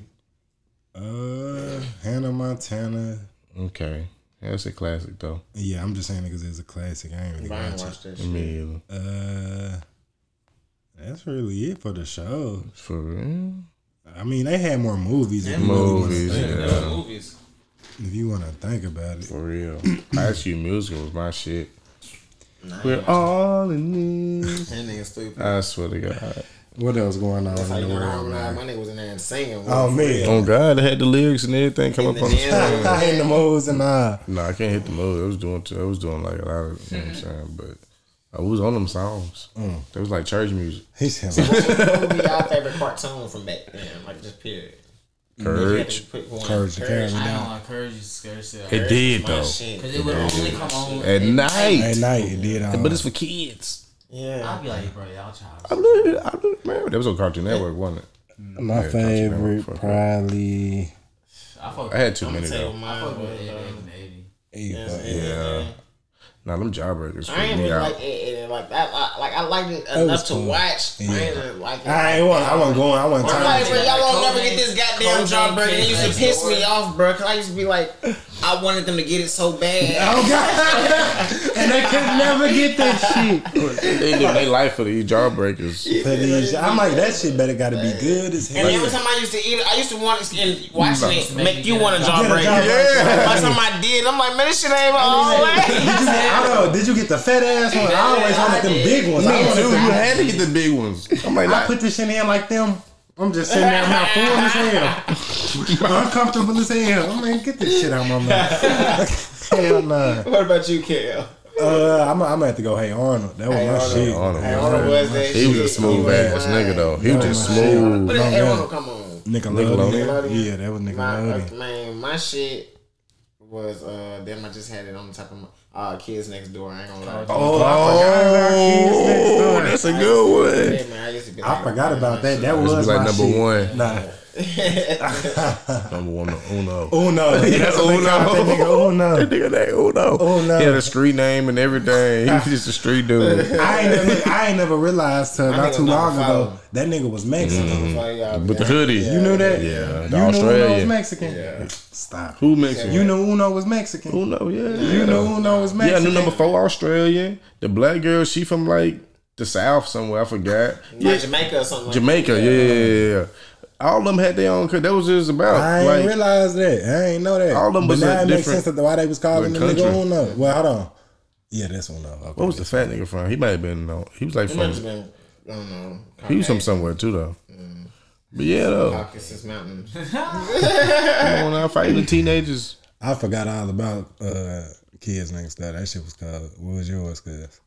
uh, Hannah Montana. Okay. That's a classic though. Yeah, I'm just saying it because it's a classic. I ain't really But I ain't watch it. watched that I shit. mean, Uh, that's really it for the show. for real. I mean, they had more movies. If you, really wanna Movies. think, Yeah. Movies. if you want to think about it, For real. High School Musical was my shit. We're all in this. That nigga stupid. I swear to God. what else going on That's how in you the know how world? I'm Man? My nigga was in there and singing. Oh man, Oh God, I had the lyrics and everything come In up the on the gym. screen. I hate the moves and uh, I. Nah, I can't hit the mode. I was doing, I was doing like a lot of, Mm-hmm. you know what I'm saying. But I was on them songs. Mm. It was like church music. He said, What would be your favorite cartoon from back then? Like just period. You had to Courage. pick one. Courage the Cowardly I don't Dog. like courage. You scared shit. It did My though. shit. Cause it would only come on At At night, night it did uh, all. but it's for kids. Yeah. I'd be like, bro, y'all I child. blew, I blew, man, that was on Cartoon Network, wasn't it? my Yeah, favorite, fuck that. probably. I fuck. I had too I'm many gonna tell you though. mine fuck with was, Ed, Ed uh, and Eddie. Hey, yes, fuck. Ed, Ed, Yeah. Ed. Nah, them jawbreakers. I ain't freak me really out. like it, it- like I, I like I liked it That was enough to cool. watch. I ain't Yeah. really like it. I ain't want- I wasn't going- I wasn't I'm tired. like, bro, y'all won't never get this goddamn Cocaine jawbreaker. It used to King's piss Lord. me off, bro. Cause I used to be like, I wanted them to get it so bad. Oh, God. and they could never get that shit. they do their life for these jawbreakers. For these- I'm like, that shit better gotta be good as hell. And every time I used to eat it, I used to want to and watching it make you want a Get a jawbreaker. jawbreaker. Yeah. By the time I did, I'm like, man, this shit ain't all the Did you, way. I don't know, did you get the fat ass one? I always wanted them big ones. I Me wanted too. them- You had to get the big ones. I'm like, I nah. put this shit in like them. I'm just sitting there, I'm not full as hell. Uncomfortable as hell. I'm like, get this shit out of my mouth. hell nah. What about you, KL? Uh, I'm, I'm gonna have to go, hey, Arnold. That was Hey, my Arnold. shit. Arnold Hey, was Arnold that- was that he was a shit. Oh, smooth He ass was nigga though. He was That was just my shit. smooth. What did No, Arnold man. come on? Nickelodeon. Nickelodeon? Yeah, that was My, Nickelodeon. uh, man, my shit was uh damn I just had it on the top of my uh kids next door. I ain't gonna lie. Oh, I forgot about Kids Next Door. that's a good one. Yeah, man, I used to be I forgot about that. That This was was like my number shit. one. Nah. Number one, the Uno. Uno. That's what they call that nigga, Uno. That nigga named Uno. Uno. He had a street name and everything. He was just a street dude. I ain't never, I ain't never realized till My not nigga too number long ago five. that nigga was Mexican. Like, y'all be With the down. hoodie. You knew that? Mm-hmm. Yeah. The you knew Uno was Australian. Mexican. Yeah. Stop. Who Mexican? You knew Uno was Mexican. Uno, yeah. You knew Uno was Yeah, I Mexican. knew number four Australian. The black girl, she from like the south somewhere. I forgot. Like Jamaica or something. like Jamaica, yeah, yeah, yeah, yeah. All of them had their own. cou- That was just about. I ain't like, realized that. I ain't know that. All them but was now a it makes different- sense that why they was calling the different nigga country. Uno. Well, hold on. Yeah, that's Uno. Okay. what was the fat nigga from? He might have been. Uh, he was like It must have from. been I don't know. Mm. He was from somewhere too, though. But yeah, though. Caucasus Mountain. Come on, now, fighting the teenagers. I forgot all about uh, kids next door. That shit was called. What was yours? Cause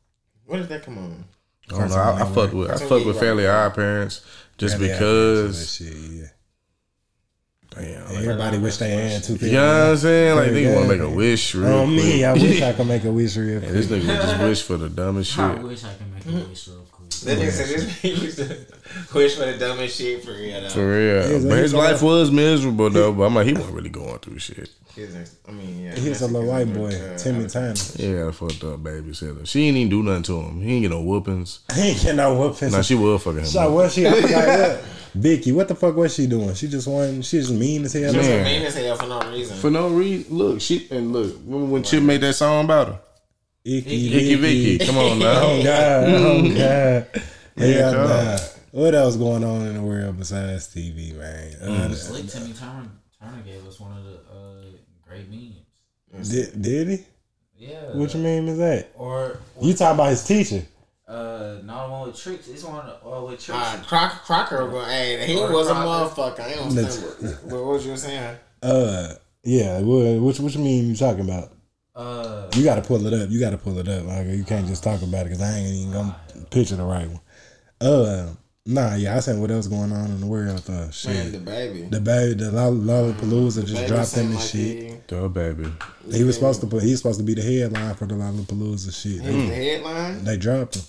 What did that come on? I don't know. I, I fuck with. I fuck with Fairly Odd Parents just Fairly Odd because. Parents and that shit, yeah. Damn. like, Everybody wish they had two. you know what I'm saying? Like they want to make a wish. Real On me, I quick. wish I could make a wish real Yeah, quick. this nigga would just wish for the dumbest I shit. wish I could make a wish real quick. Mm-hmm. That nigga said this nigga used to wish for the dumbest shit for real. though. For real. Here's a- but here's his a life was miserable though. But I'm like, he wasn't really going through shit. Kids next- I mean, yeah. Here's a little white boy, Timmy Tanner. Yeah, fucked up babysitter. She ain't even do nothing to him. He ain't get no whoopings. He ain't getting no whoopings. Nah, she was fucking him. So up. what she? I forgot what. Vicky, what the fuck was she doing? She just won. She just mean as hell. Man. Mean as hell for no reason. For no reason. Look, she and look. Remember when Chip made that song about her? Icky, Icky Vicky. Come on Oh now. god. Oh god. Yeah. Yeah, God. Nah. What else going on in the world besides TV, man? Mm. Uh, Slick Timmy Turner, Turner gave us one of the uh, great memes. did, did he? Yeah. Which meme is that? Or You talking about his teacher? uh, not one with tricks. It's one uh, with tricks. Uh, Croc, Crocker, but, hey, he Or was a Crocker. motherfucker. I don't understand what, what was you saying. Uh, yeah. wha- Which which meme you talking about? Uh, You got to pull it up. You got to pull it up. Like, you can't just talk about it because I ain't even gonna picture the right one. Uh, nah. Yeah, I said what else going on in the world? Uh, Man, the shit. baby. Mm. The baby, the Lo- Lollapalooza just Baby dropped seemed in the like shit. He, Duh, baby. He was supposed to put. He was supposed to be the headline for the Lollapalooza shit. he was the headline. They dropped him.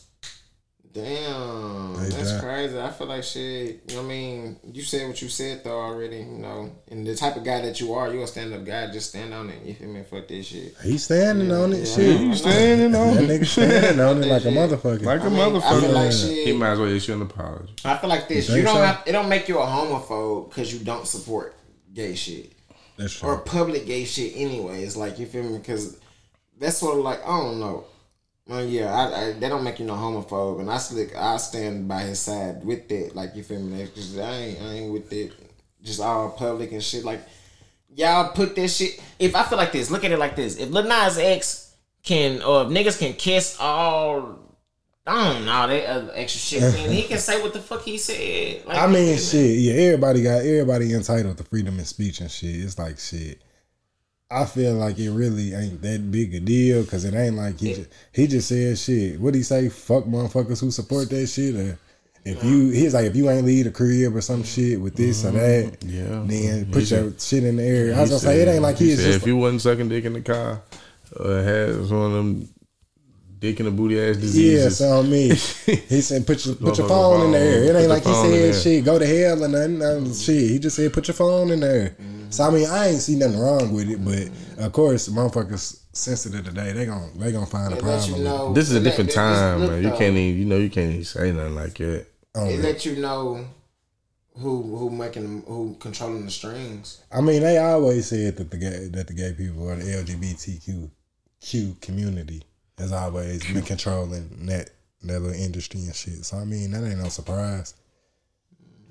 Damn, They that's died. crazy. I feel like shit. You know what I mean, you said what you said though already. You know, and the type of guy that you are, you a stand up guy. Just stand on it. You feel me? Fuck this shit. He's standing on it. Yeah, shit, I know. Standing that on nigga standing on it like a Shit. motherfucker. like I a mean, I feel motherfucker. like shit- He might as well issue an apology. I feel like this. You You, think don't. so? Have, it don't make you a homophobe because you don't support gay shit That's true. or public gay shit. Anyways, like you feel me? Because that's sort of like I don't know. Well, yeah, I, I, they don't make you no homophobe, and I slick. I stand by his side with that. Like you feel me? That's just- I ain't. I ain't with it. Just all public and shit. Like y'all put that shit. If I feel like this, look at it like this. If Lil Nas X can or if niggas can kiss all. I don't know that other extra shit. Then he can say what the fuck he said. Like, I mean, shit. Yeah, everybody got everybody entitled to freedom of speech and shit. It's like shit. I feel like it really ain't that big a deal because it ain't like he just, he just said shit. What he say? Fuck motherfuckers who support that shit. Or if you, he's like, if you ain't leave the crib or some shit with this or Mm-hmm. that, Yeah. then put He your shit in the air. I was gonna He say it said- ain't like he is said just if you wasn't sucking dick in the car, uh, had one of them dick in the booty ass diseases. Yeah, sound me. He said, "Put your put your Motherfucker phone in the phone. air." It Put ain't your like he phone in said there. shit. Go to hell or nothing. Um, shit, he just said, "Put your phone in there." So I mean, I ain't see nothing wrong with it, but of course, motherfuckers sensitive today. They gon' they gonna find a They let you problem. know- This is a they- different they- time, look man. You though. can't even, you know, you can't even say nothing like that. They let you know who who making who controlling the strings. I mean, they always said that the gay, that the gay people or the LGBTQ Q community has always been controlling that that little industry and shit. So I mean, that ain't no surprise.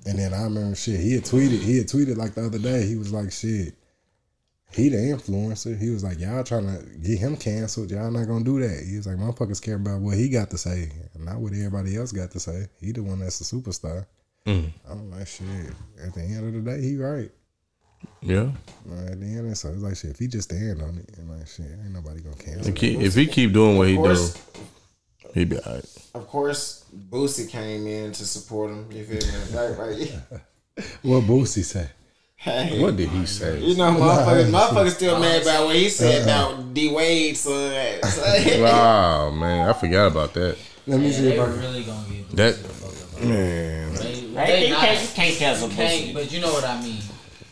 And then I remember shit. He had tweeted. He had tweeted like the other day. He was like, "Shit, he the influencer." He was like, "Y'all trying to get him canceled? Y'all not gonna do that." He was like, "Motherfuckers care about what he got to say, not what everybody else got to say. He the one that's the superstar." Mm. I'm like, "Shit." At the end of the day, he right. Yeah. Like, at the end, so it's like shit. If he just stand on it, and like shit, ain't nobody gonna cancel. If he, it. if he keep doing what he Of do, course. he be all right. Of course, Boosie came in to support him. You feel me? Like, like, What Boosie say? hey. What did he say? You know, motherfuckers, Nah. motherfuckers still mad about what he said uh, Uh-uh. about D Wade, son. Wow, man, I forgot about that. Let me see they if I really gonna get that. Man, They, Hey, they you not, can't- you can't cancel you can't, Boosie. But you know what I mean.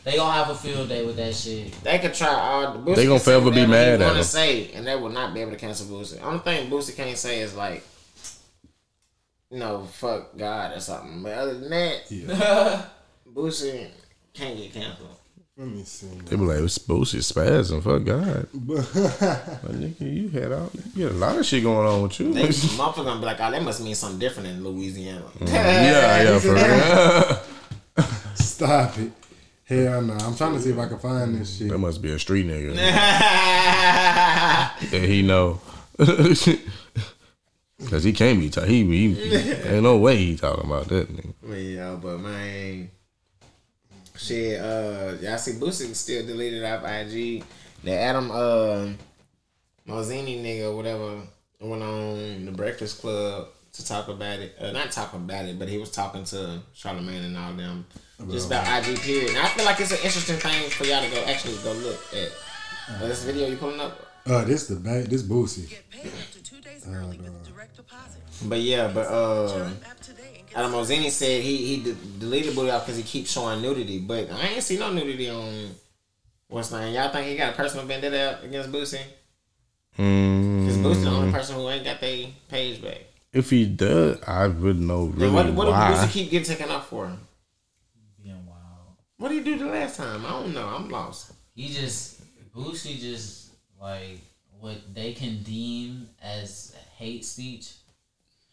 They gonna have a field day with that shit. They could try all the Boosie They gonna can say forever be whatever mad he at wanna him. say, and they will not be able to cancel Boosie. Only thing Boosie can't say is like, you know, fuck God or something. But other than that, Boosie can't get canceled. Let me see. they be like, it's Boosie spasm. Fuck God, Like, nigga, you had out. You had a lot of shit going on with you. They motherfucker gonna be like, oh, that must mean something different in Louisiana. Mm, yeah, yeah, for real. Stop it. Hell no. I'm trying to see if I can find this shit. That must be a street nigga. that he know. Cause he can't be talking. He, he ain't no way he talking about that nigga. Yeah, but man, shit. Uh, y'all see Boosie still deleted off IG. The Adam uh, Mazzini nigga, whatever, went on the Breakfast Club to talk about it. Uh, not talk about it, but he was talking to Charlamagne and all them just about IG period. And I feel like it's an interesting thing for y'all to go actually go look at. Uh, this video you pulling up. Uh, this the back. This Boosie. But yeah, but uh, Adam Ozini said he he de- deleted Booty off because he keeps showing nudity. But I ain't see no nudity on what's name. Y'all think he got a personal vendetta against Boosie? Because Boosie the only person who ain't got their page back. Mm. If he does, I would know Then really what what why. did Boosie keep getting taken off for? Being wild. What did he do the last time? I don't know. I'm lost. He just Boosie just like what they can deem as hate speech.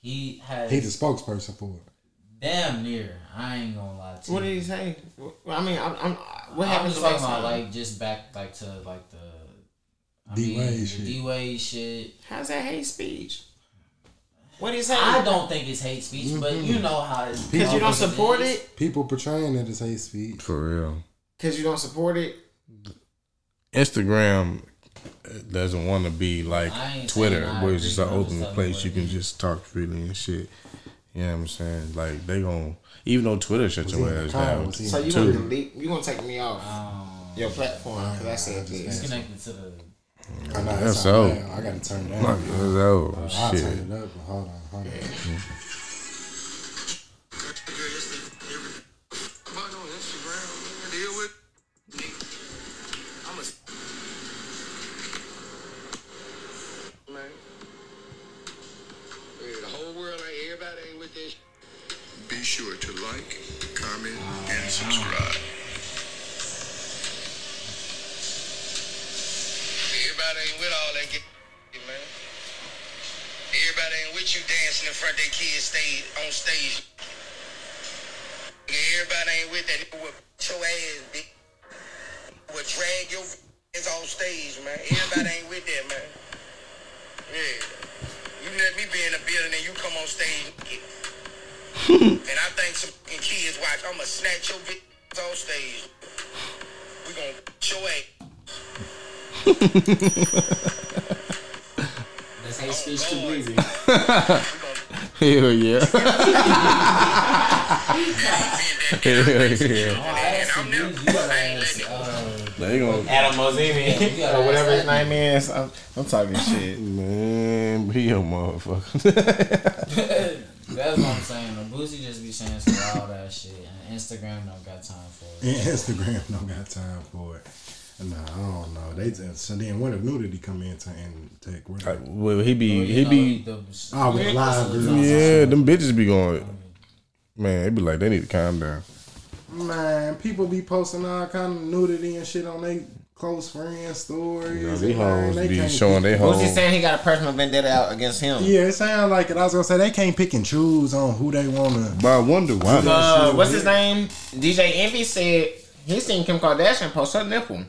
He has He the spokesperson for it. damn near. I ain't gonna lie to What you. did he say? Well, I mean, I'm, I'm what I'm happened just the last talking about time? like just back like to like the I D-Wade mean, the shit. D Wade shit. How's that hate speech? What is that? I don't think it's hate speech, but you Mm-hmm. know how it's Because you don't support it. People portraying it as hate speech. For real. Because you don't support it. Instagram doesn't want to be like I ain't Twitter, saying I where it's just an agree, I'm open just telling place you you can just talk freely and shit. You know what I'm saying? Like they gon' even though Twitter shut Was your he in the ass car? down Was he in So you gonna too. delete? You gonna take me off your platform? Because I said this. connected to the I know, That's that's all so. bad. I gotta turn that. Like, up. oh I'll shit. turn it up. But hold on. Hold on. Man. Yeah, the whole world, like, everybody ain't with this. Be sure to like, comment, and subscribe. Everybody ain't with all that get, man. Everybody ain't with you dancing in front of their kids stay on stage. Nigga, Everybody ain't with that. Nigga will beat your ass, bitch. Will drag your ass on stage, man. Everybody ain't with that, man. Yeah. You let me be in the building and you come on stage naked. and I think some fucking kids watch, I'ma snatch your bitch on stage. We gonna beat your ass. That's hate speech to Boosie. Hell yeah. Hell yeah. They gon' Adam Mozini. Or whatever his name is. I'm, I'm talking shit. man, be a motherfucker. That's what I'm saying. The Boosie just be saying some all that shit, and Instagram don't got time for it. And Instagram don't got time for it. No, I don't know. They just, so then when the nudity come in to and take where Like, well, he be he be oh with live girls. Yeah, them bitches be going. Man, they be like they need to calm down. Man, people be posting all kind of nudity and shit on they close friends stories. Nah, and they hoes they be can't showing they Who's he hoes. saying he got a personal vendetta out against him? Yeah, it sounds like it. I was gonna say they can't pick and choose on who they wanna. But I wonder why. Uh, what's his name? DJ Envy said he seen Kim Kardashian post her nipple.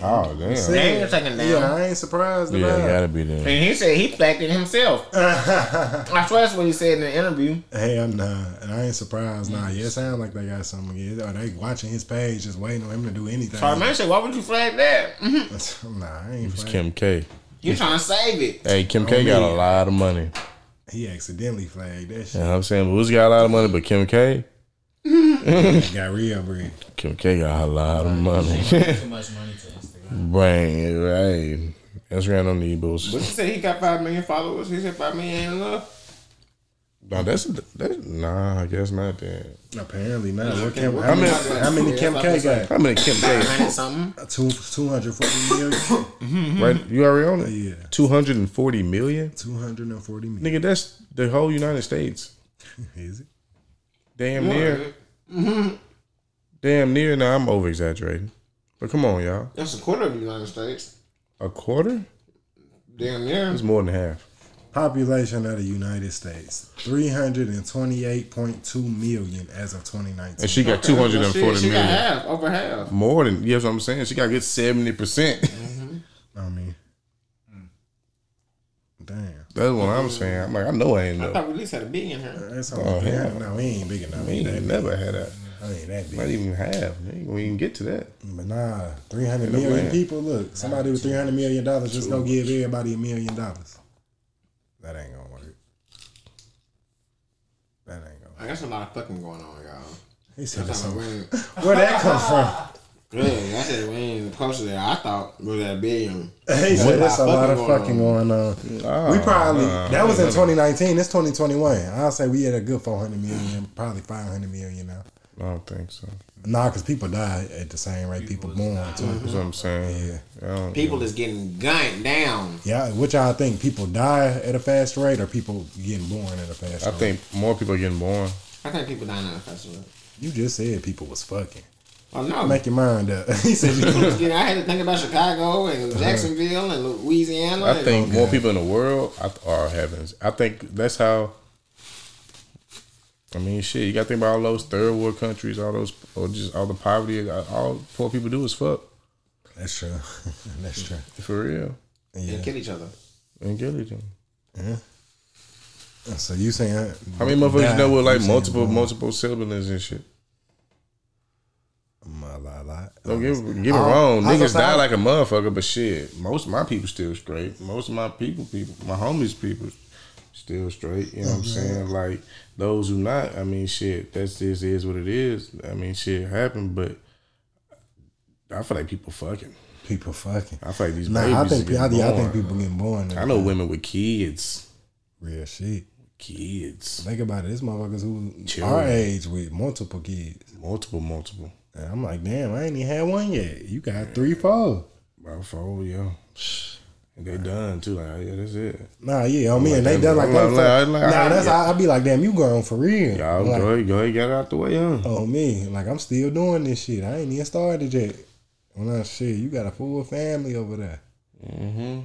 Oh damn. They ain't gonna take it down. Yeah, I ain't surprised Yeah, about gotta be there. And he said he flacked it himself. I swear that's what he said in the interview. Hey, I'm not. And I ain't surprised. Nah, yeah, it sounds like they got something. Yeah, or they watching his page, just waiting on him to do anything. So I man said, why would you flag that? nah, I ain't. It's flag- Kim K. You trying to save it. Hey, Kim K got Oh, a lot of money. He accidentally flagged that You shit. know what I'm saying? Who's got a lot of money, but Kim K? got real bread. Kim K got a lot of money. Too much money to Instagram. Brain, right. Instagram don't need bullshit. But he said he got five million followers. He said five million ain't enough. No, that's, that's nah. I guess not. Then Apparently not. What Okay, Kim, what how, Kim many, K got? how many Kim Yeah, K that's what I'm got? how many Kim K? Hundred something. Two two hundred forty million. Mm-hmm. Right, you already own it. Yeah. two hundred and forty million. Two hundred and forty million. Nigga, that's the whole United States. Is it? Damn near. Mm-hmm. Damn near. Now I'm over exaggerating, but come on, y'all. That's a quarter of the United States. A quarter? Damn near. It's more than half. Population of the United States: three hundred and twenty-eight point two million as of twenty nineteen. And she got two hundred and Shit, forty she got million. half, over half. Mm-hmm. More than yes, I'm saying she got a good seventy percent. I mean, Hmm. damn. That's what I'm saying. I'm like, I know I ain't I know. thought we at least had a billion here. That's how Oh, yeah. hell. No, we ain't big enough. We We ain't ain't never had that. I ain't that Mm-hmm. Not big. even half. We ain't gonna even get to that. But nah, three hundred Ain't no million plan. people. Look, somebody with three hundred million dollars just gonna give everybody a million dollars. That ain't gonna work. That ain't gonna. Work. Like, that's a lot of fucking going on, y'all. He said That's that's like, we where ain't- that come from. Really, I said we ain't even close to that. I thought we was at a billion. He said that's a lot of fucking on. going on. Oh, we probably that was in 2019. It's 2021. I'll say we had a good 400 million, probably 500 million now. I don't think so. Nah, because people die at the same rate people born too. That's what I'm saying. Yeah. I don't- Mm-hmm. People is getting gunned down. Yeah, what y'all think? People die at a fast rate, or people getting born at a fast I rate? think more people are getting born. I think people dying out of festival. you just said people was fucking. Oh no, Make your mind up. he said, you- You know, I had to think about Chicago and Jacksonville and Louisiana. I and- think more people in the world I th- are heavens. I think that's how. I mean, shit. You got to think about all those third world countries, all those, or just all the poverty. uh, All poor people do is fuck "That's true. That's true." for real and kill each other. and kill each other. So you saying How many motherfuckers die, you know with like you saying multiple, born? multiple siblings and shit? Mm, A lot, a lot. Don't get, get me I don't- wrong. I was Niggas gonna die say- like a motherfucker, but shit, most of my people still straight. Most of my people, people, my homies, people still straight. You know what I'm saying? Like those who not, I mean, shit, that's just is what it is. I mean, shit happened, but I feel like people fucking. people fucking. I feel like these Nah, babies I think get I, born. I think people getting born. I know women with kids, real shit. kids, Think about it. This motherfuckers who Children. our age with multiple kids. multiple, multiple. And I'm like, damn, I ain't even had one yet. You got three, four. About four, yeah. And they done too. Like, yeah, that's it. Nah, yeah, on me, Like and they that, done like I'm that. like- for- I'm like- nah, I'm that's like- I, I be like, damn, you grown for real. Y'all I'm like, go, ahead, go ahead, get it out the way, huh? oh me, like I'm still doing this shit. I ain't even started yet. When I shit, you got a full family over there. Mm-hmm.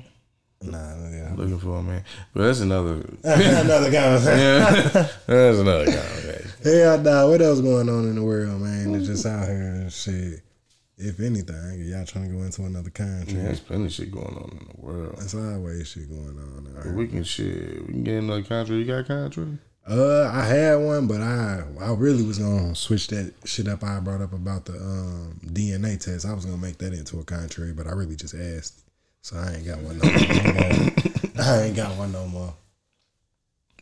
Nah, yeah. Looking for a man, but that's another another conversation. Yeah, that's another conversation. Hell nah, what else going on in the world, man? It's just out here and shit. If anything, y'all trying to go into another country. There's plenty of shit going on in the world. That's always shit going on. out But here. we can shit. We can get another contract. You got a contract? Uh, I had one, but I I really was gonna switch that shit up. I brought up about the um, DNA test. I was gonna make that into a contrary, but I really just asked, so I ain't got one. No more. I, ain't got, I ain't got one no more.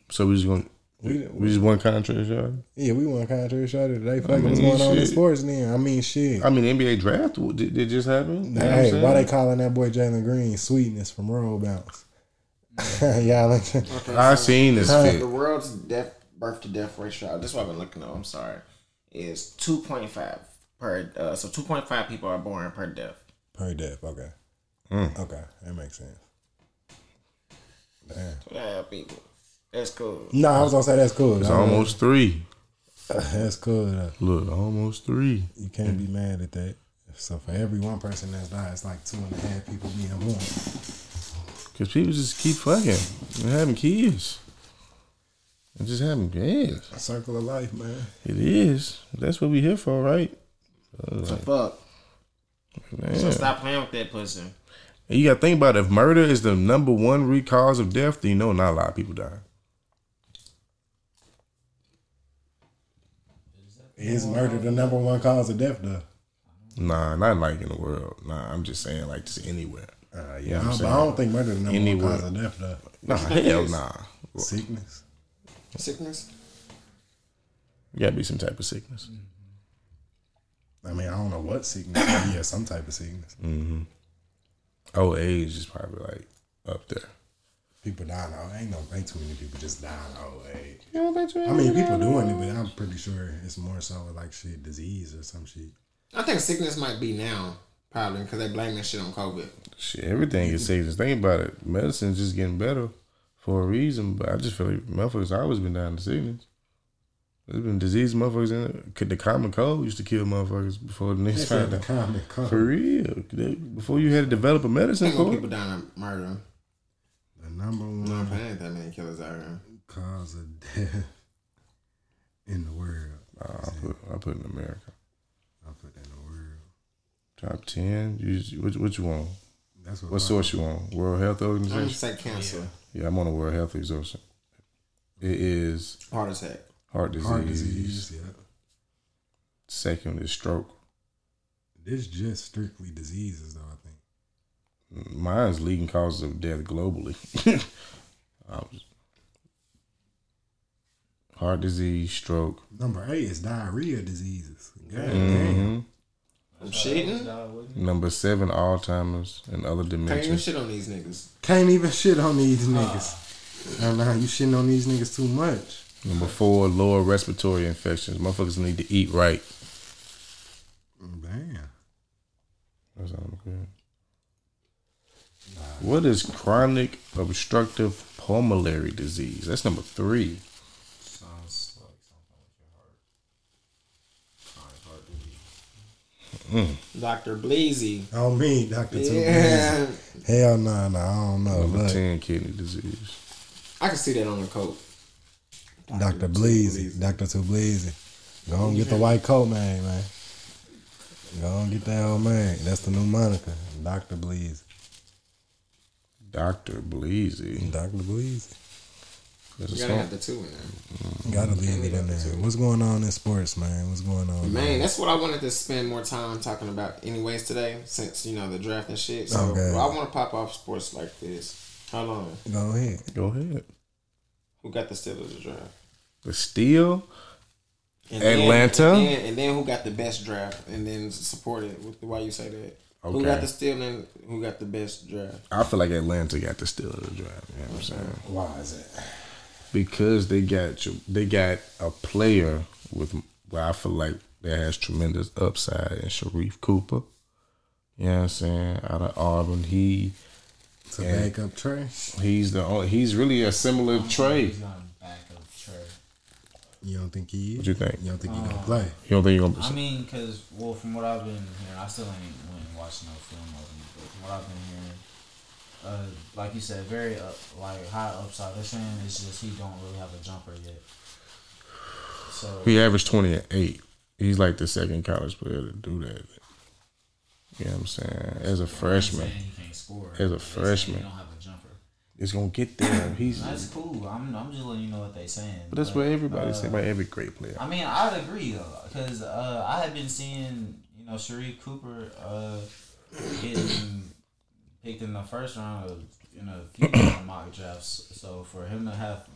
So we just gonna We- we, just one contract, y'all. Yeah, we won contrary shot today. Fuck, it, mean, what's going on in shit. sports? Then I mean, shit. I mean, the NBA draft w- did, did just happen. You know what I'm hey, why they saying? calling that boy Jalen Green sweetness from roll bounce? y'all, like, I seen this Huh. fit. The world's def- birth to death ratio. This is what I've been looking at. I'm sorry. Is two point five per. Uh, so two point five people are born per death. Per death. Okay. Mm. Okay, that makes sense. Damn. Two and a half people. That's cool. No, I was gonna say that's cool. It's I was- almost three. That's cool. Though. Look, almost three. You can't be mad at that. So for every one person that's died, it's like two and a half people being born. Cause people just keep fucking and having kids. And just having kids. A circle of life, man. It is. That's what we here for, right? Uh, So fuck. man. So stop playing with that pussy. And you gotta think about it. if murder is the number one root cause of death, then you know not a lot of people die. Is murder the number one cause of death, though? Nah, not like in the world. Nah, I'm just saying like just anywhere. Uh, You I, know what I'm don't, saying? I don't think murder the number Anywhere. one cause of death, though. Nah, hell nah. Sickness. Sickness. You gotta be some type of sickness. I mean, I don't know what sickness. but yeah, some type of sickness. Mm-hmm. Old age is probably like up there. People dying old. Ain't no, ain't too many people just dying oh, old age. I I mean, people doing it, but I'm pretty sure it's more so like shit, disease or some shit. I think sickness might be now probably because they blame that shit on COVID. Shit, everything is sickness. Think about it. Medicine's just getting better for a reason, but I just feel like motherfuckers always been down to sickness. There's been disease motherfuckers in it. Could the common cold used to kill motherfuckers before the next They said time. the common cold. For real. They- Before you had to develop a I medicine think when for people it. dying of murder. The number No, one I'm ain't that many killers out here. cause of death in the world. Nah, I put I put in America. I put in the world. Top ten. You just- what, what you want? That's what What source you on? World Health I'm gonna Organization. say cancer, Yeah, I'm on the World Health Organization. It is heart attack. heart disease. Heart disease. Yeah. Second is stroke. This just strictly diseases, though. I think. Mine's leading causes of death globally. I was- heart disease, stroke. Number eight is diarrhea diseases. God damn. Mhm. I'm shitting. Number seven, Alzheimer's and other Can't even dementias. shit on these niggas. Can't even shit on these Ah. niggas. I don't know how you shitting on these niggas too much. Number four, lower respiratory infections. Motherfuckers need to eat right. Damn. That's all I'm good. What is chronic obstructive pulmonary disease? That's number three. Sounds like something with your heart. Chronic heart disease. Mm. Doctor Bleezy. On Oh, me, Doctor Yeah, Hell no, no, I don't Oh, know. Number Look, ten, kidney disease. I can see that on the coat. Doctor Bleezy, Doctor Too Bleezy. Go and get the white coat man, man. Go and get that old man. That's the new moniker, Doctor Bleezy. Doctor Bleezy. Doctor Bleezy. That's a You gotta song. have the two in there. Gotta leave it in there. What's going on in sports, man? What's going on? Man, that's what I wanted to spend more time talking about, anyways, today, since you know the draft and shit. So Okay. I want to pop off sports like this. How long? Go ahead. Go ahead. Who got the Steelers to draft? The steel. And then- Atlanta? and, then, and then who got the best draft? And then support it. With why you say that? Who Okay. got the Steelers? And who got the best draft? I feel like Atlanta got the steel of the draft. You know what I'm saying? Why is it? Because they got you- they got a player with where I feel like that has tremendous upside in Sharif Cooper. You know what I'm saying? Out of Auburn, he To Yeah. back up Trey. he's the only, he's really a similar trade. He's on the back of Trey. You don't think he is? What you think? You don't think he gonna play? You don't think you're I gonna? mean, because, well, from what I've been hearing, I still ain't went and watched no film of him, but from what I've been hearing, uh, like you said, very, up, like, high upside. They're saying it's just he don't really have a jumper yet. So, He averaged twenty and eight. He's like the second college player to do that. You know what I'm saying? As a freshman, saying he can't score. As a They're saying freshman. He don't have a jumper. it's gonna get there. He's That's cool. I'm, I'm just letting you know what they saying. but that's what everybody say uh, about every great player. I mean, I'd agree though, because uh, I had been seeing you know Sharif Cooper uh, getting picked in the first round of you know few different mock drafts. So for him to have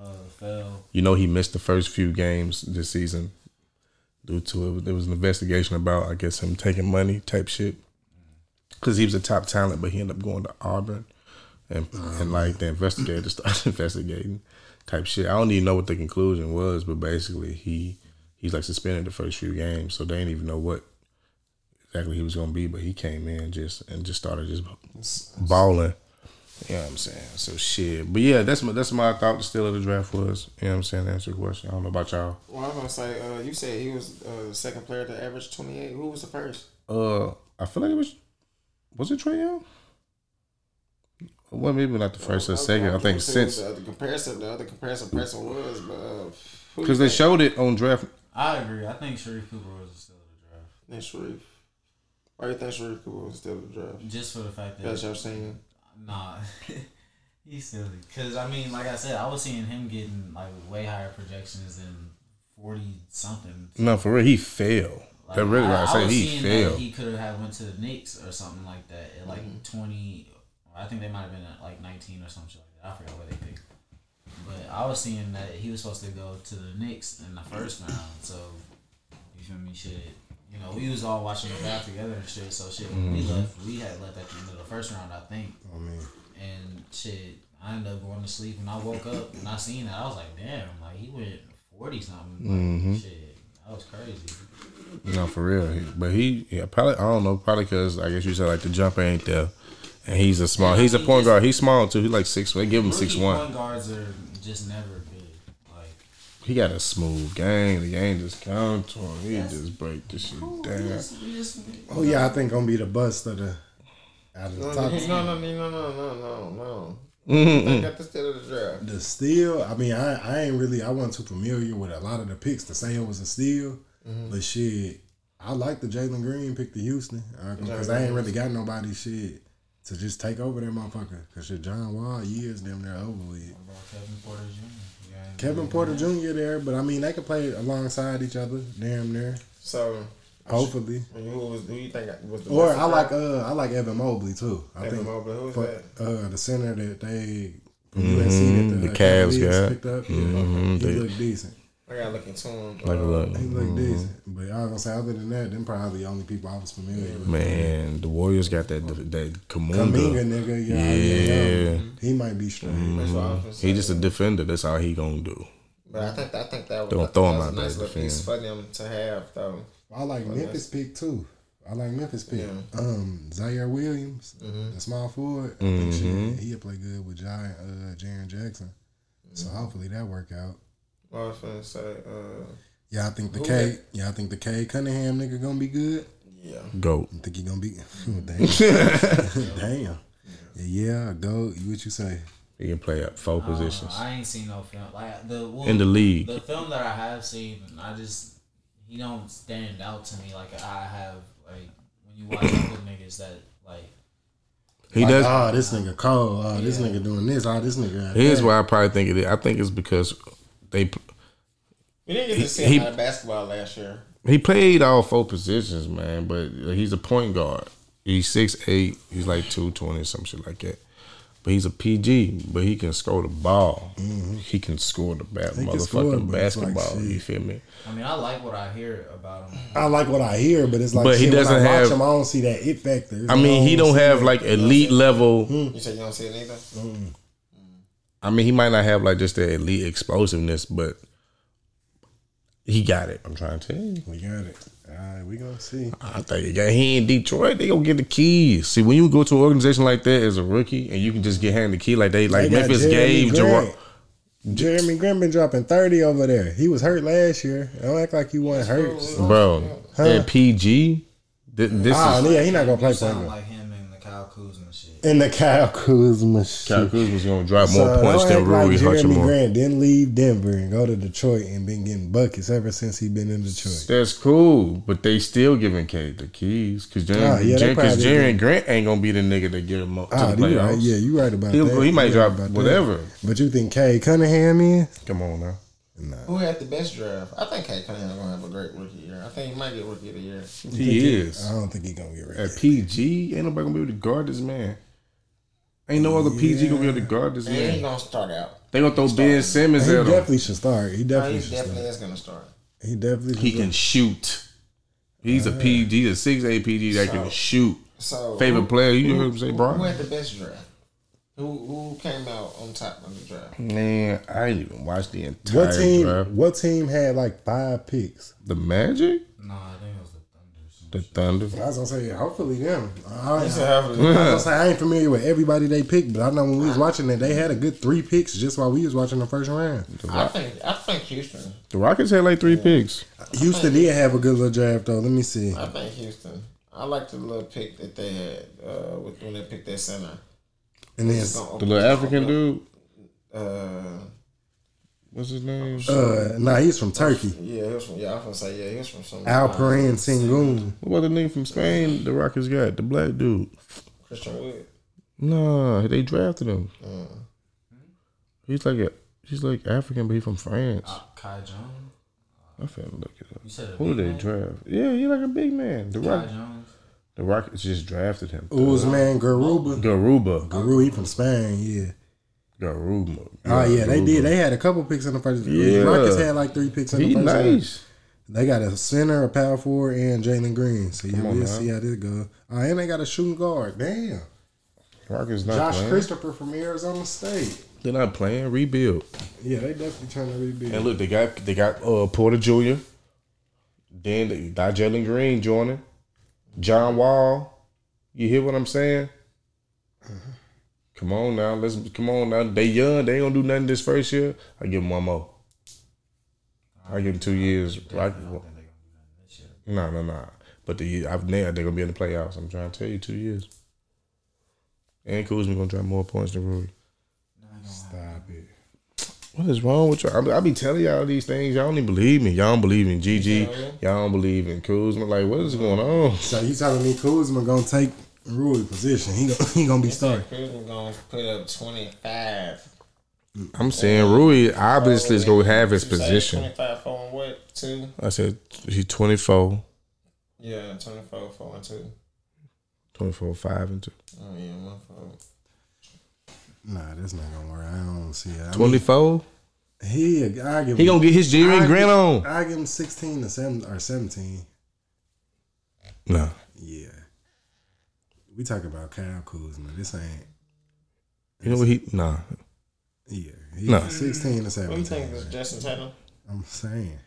uh, fell, You know, he missed the first few games this season due to it. There was an investigation about, I guess, him taking money type shit. Because he was a top talent, but he ended up going to Auburn. And, and like the investigators started investigating. type shit. I don't even know what the conclusion was, but basically he he's like suspended the first few games, so they didn't even know what exactly he was gonna be. But he came in just and just started just balling. You know what I'm saying? So shit. But yeah, that's my that's my thought the still of the draft was. You know what I'm saying? To answer your question. I don't know about y'all. Well, I was gonna say, uh, you said he was uh, the second player to average twenty eight. Who was the first? Uh I feel like it was was it Trey Young? Well, maybe not the first or second. I think since the other comparison, the other comparison person was, but uh, who because they you think? showed it on draft. I agree. I think Sharif Cooper was still the in draft. And Sharif. Why do you think Sharif Cooper was still in the draft? Just for the fact that That's your saying. Nah, he's silly. Cause I mean, like I said, I was seeing him getting like way higher projections than forty something. No, for real, he fell. Like, that really, I, I, I I say was he seeing fell. that he could have went to the Knicks or something like that at like twenty. I think they might have been at like nineteen or something like that. I forgot what they picked. But I was seeing that he was supposed to go to the Knicks in the first round. So you feel me? Shit. You know, we was all watching the draft together and shit. So shit, when we Mhm. left. We had left at the end of the first round, I think. Oh, I mean, And shit, I ended up going to sleep. And I woke up and I seen that. I was like, damn, like he went 40 something. Um, Like, Mhm. Shit, that was crazy. No, for real. He- But he, yeah, probably I don't know, probably because I guess you said like the jumper ain't there, and he's a small. He's a point guard. He's small too. He like six. They give him Rookie six one. Point guards are just never big. Like, He got a smooth game. The game just come to him. He just break the shit we down. just, we just, oh yeah, I think gonna be the bust of the out of the No, no, top. no, no, no, no, no, no, no. Mm-mm-mm. They got the still of the draft. The steal, I mean, I, I ain't really, I wasn't too familiar with a lot of the picks to say it was a steal, Mhm. but shit, I like the Jalen Green pick to Houston because I ain't really got nobody shit to just take over that motherfucker because shit, John Wall years damn near over with. Kevin Porter Jr. Yeah, Kevin Porter Jr. there, but I mean, they could play alongside each other damn near, So hopefully. who was who you think was the Or best I like uh I like Evan Mobley too. I Evan think Mobley, who is for, that? uh the center that they from UNC Mhm, that the, The Cavs uh, Cavaliers got. picked up. Mhm, Yeah, they- he looked decent. I got looking to him. Like a look. He looked Mhm. decent. But I was gonna say other than that, them probably the only people I was familiar with. Man, the Warriors got that that Kamunga. Kaminga nigga, yeah, yeah. yeah. He might be straight. Mhm. He just a defender. That's all he gonna do. But I think I think that was, They gonna I think throw that him was out a there nice as a little piece fan. for them to have though. I like Well, Memphis pick too. I like Memphis pick. Um, Zaire Williams, Mm-hmm. the small forward. I think Mhm. shit, he'll play good with Giant uh Jaron Jackson. So Mm-hmm. hopefully that work out. Well, I was gonna say, uh, Yeah, I think the Who K. that- Yeah, I think the K Cunningham nigga gonna be good. Yeah, Goat. I think he gonna be. damn, damn. Yeah, go. What you say? He can play up four positions. I ain't seen no film uh, like the well, In the league. The film that I have seen, I just he don't stand out to me like I have like when you watch other niggas that like He Like, does. Oh, this nigga cold. Oh, this nigga doing this. Oh, this nigga. out Here's there. why I probably think it is. I think it's because they we didn't get He- to see he- a lot of basketball last year. he played all four positions, man. But he's a point guard. He's six eight. He's like two twenty, some shit like that. But he's a PG. But he can score the ball. He can score the bat, Mm-hmm. He can motherfucking score, but it's like basketball. shit. you feel me? I mean I like what I hear about him. I like what I hear, but it's like. But he shit, when doesn't I watch have- Him, I don't see that it factor. It's I mean, he don't see have that. like elite level. Hmm. Hmm. You said you don't see it either. I mean, he might not have like just the elite explosiveness, but he got it. I'm trying to tell you. We got it. All right, we gonna see. I think he got he in Detroit. They gonna get the keys. See, when you go to an organization like that as a rookie, and you can just get handed the key like they They like got Memphis Jeremy gave Grant. Gerard. Jeremy Grant been dropping thirty over there. He was hurt last year. Don't act like he wasn't hurt. Bro, Oh, Huh? that PG. Th- this Oh is yeah, he not gonna play You for sound him. like him and the Kyle Kuzma shit. In the Kyle Kuzma shit. Kyle Kuzma's gonna drop more So, points don't than act like Rui Jeremy Hachimura. Grant didn't leave Denver and go to Detroit and been getting buckets ever since he been in Detroit. That's cool, but they still giving K the keys because Ah, Jeremy, yeah, they because probably Jeremy Grant ain't gonna be the nigga that get him up to Ah, the you playoffs. right. Yeah, you right about He'll- that. he might You right drop about that. whatever. But you think Kay Cunningham is? Come on now. Who had the best draft? I think Kate Cunningham gonna have a great rookie year. I think he might get rookie of the year. He is. I don't think he Oh. gonna get ready. At PG, ain't nobody gonna be able to guard this man. Ain't no other PG gonna be able to guard this And he man. gonna start out. They gonna throw Ben Simmons He at him. definitely should start. He No, definitely he should definitely start. is gonna start. He definitely should He can shoot. He's a PG, he's a six A PG that can So- shoot. So Favorite player, you heard him say, Who Brian? had the best draft? Who who came out on top of the draft? Man, I didn't even watch the entire What team? draft. What team had like five picks? The Magic? Nah, I think it was the Thunder. I was gonna say, hopefully them. I, They was should have I it. was gonna say I ain't familiar with everybody they picked, but I know when we was watching it, they had a good three picks just while we was watching the first round. I think I think Houston. The Rockets had like three picks. Houston did have a good little draft though. Let me see. I think Houston. I like the little pick that they had uh, with when they picked that center. And then It's gonna The little open- African dude. Uh, What's his name? Uh, nah, he's from Turkey. Yeah, he was from. Yeah, I was gonna say yeah, he was from some. Alperen Sengun. What about the nigga from Spain? The Rockets got the black dude. Christian Wood. Nah, they drafted him. Uh, He's like a he's like African, but he's from France. Uh, Kai Jones. I finna look it up. You said a Who big they man? draft? Yeah, he like a big man. The Kai Rock, Jones. the Rockets just drafted him. Uzman Garuba. Garuba. Garuba, he from Spain. Yeah. Garuba. Oh yeah, they did. They had a couple picks in the first. Yeah. Yeah. Rockets had like three picks in He the first. round. nice. They got a center, a power forward, and Jalen Green. So yeah, Come on, we'll man. see how this go. Oh, and they got a shooting guard. Damn. Rockets not Josh playing. Christopher from Arizona State. They're not playing. Rebuild. Yeah, they definitely trying to rebuild. And look, they got they got uh Porter Jr. Then they got Jalen Green joining. John Wall. You hear what I'm saying? Come on now, let's come on now. They young, they ain't gonna do nothing this first year. I give them one more. I give them two years. Rock- No, no, no. But the year- I've now they're gonna be in the playoffs. I'm trying to tell you, two years. And Kuzma gonna drop more points than Rui. Stop it. What is wrong with y'all? I be- I be telling y'all these things. Y'all don't even believe me. Y'all don't believe in GG. Y'all don't believe in Kuzma. Like, what is going on? So you telling me Kuzma gonna take Rui position? He gonna, he gonna be starting. Houston gonna put up twenty five. I'm saying Rui obviously is going to have his position. Twenty five four and what two? I said he's 24, Yeah, twenty four four and two. 24, 5, and 2. Oh yeah, my fault. Nah, that's not gonna work. I don't see it. I mean, 24? he, I give He gonna get his Jerry I Grant give- on. I give him sixteen to seven or seventeen. No. Yeah. We talking about Kyle Kuzma. This ain't. You know what he. Nah. Yeah. He's No. 16 to What do you think 17. is Justin Tatum? I'm saying.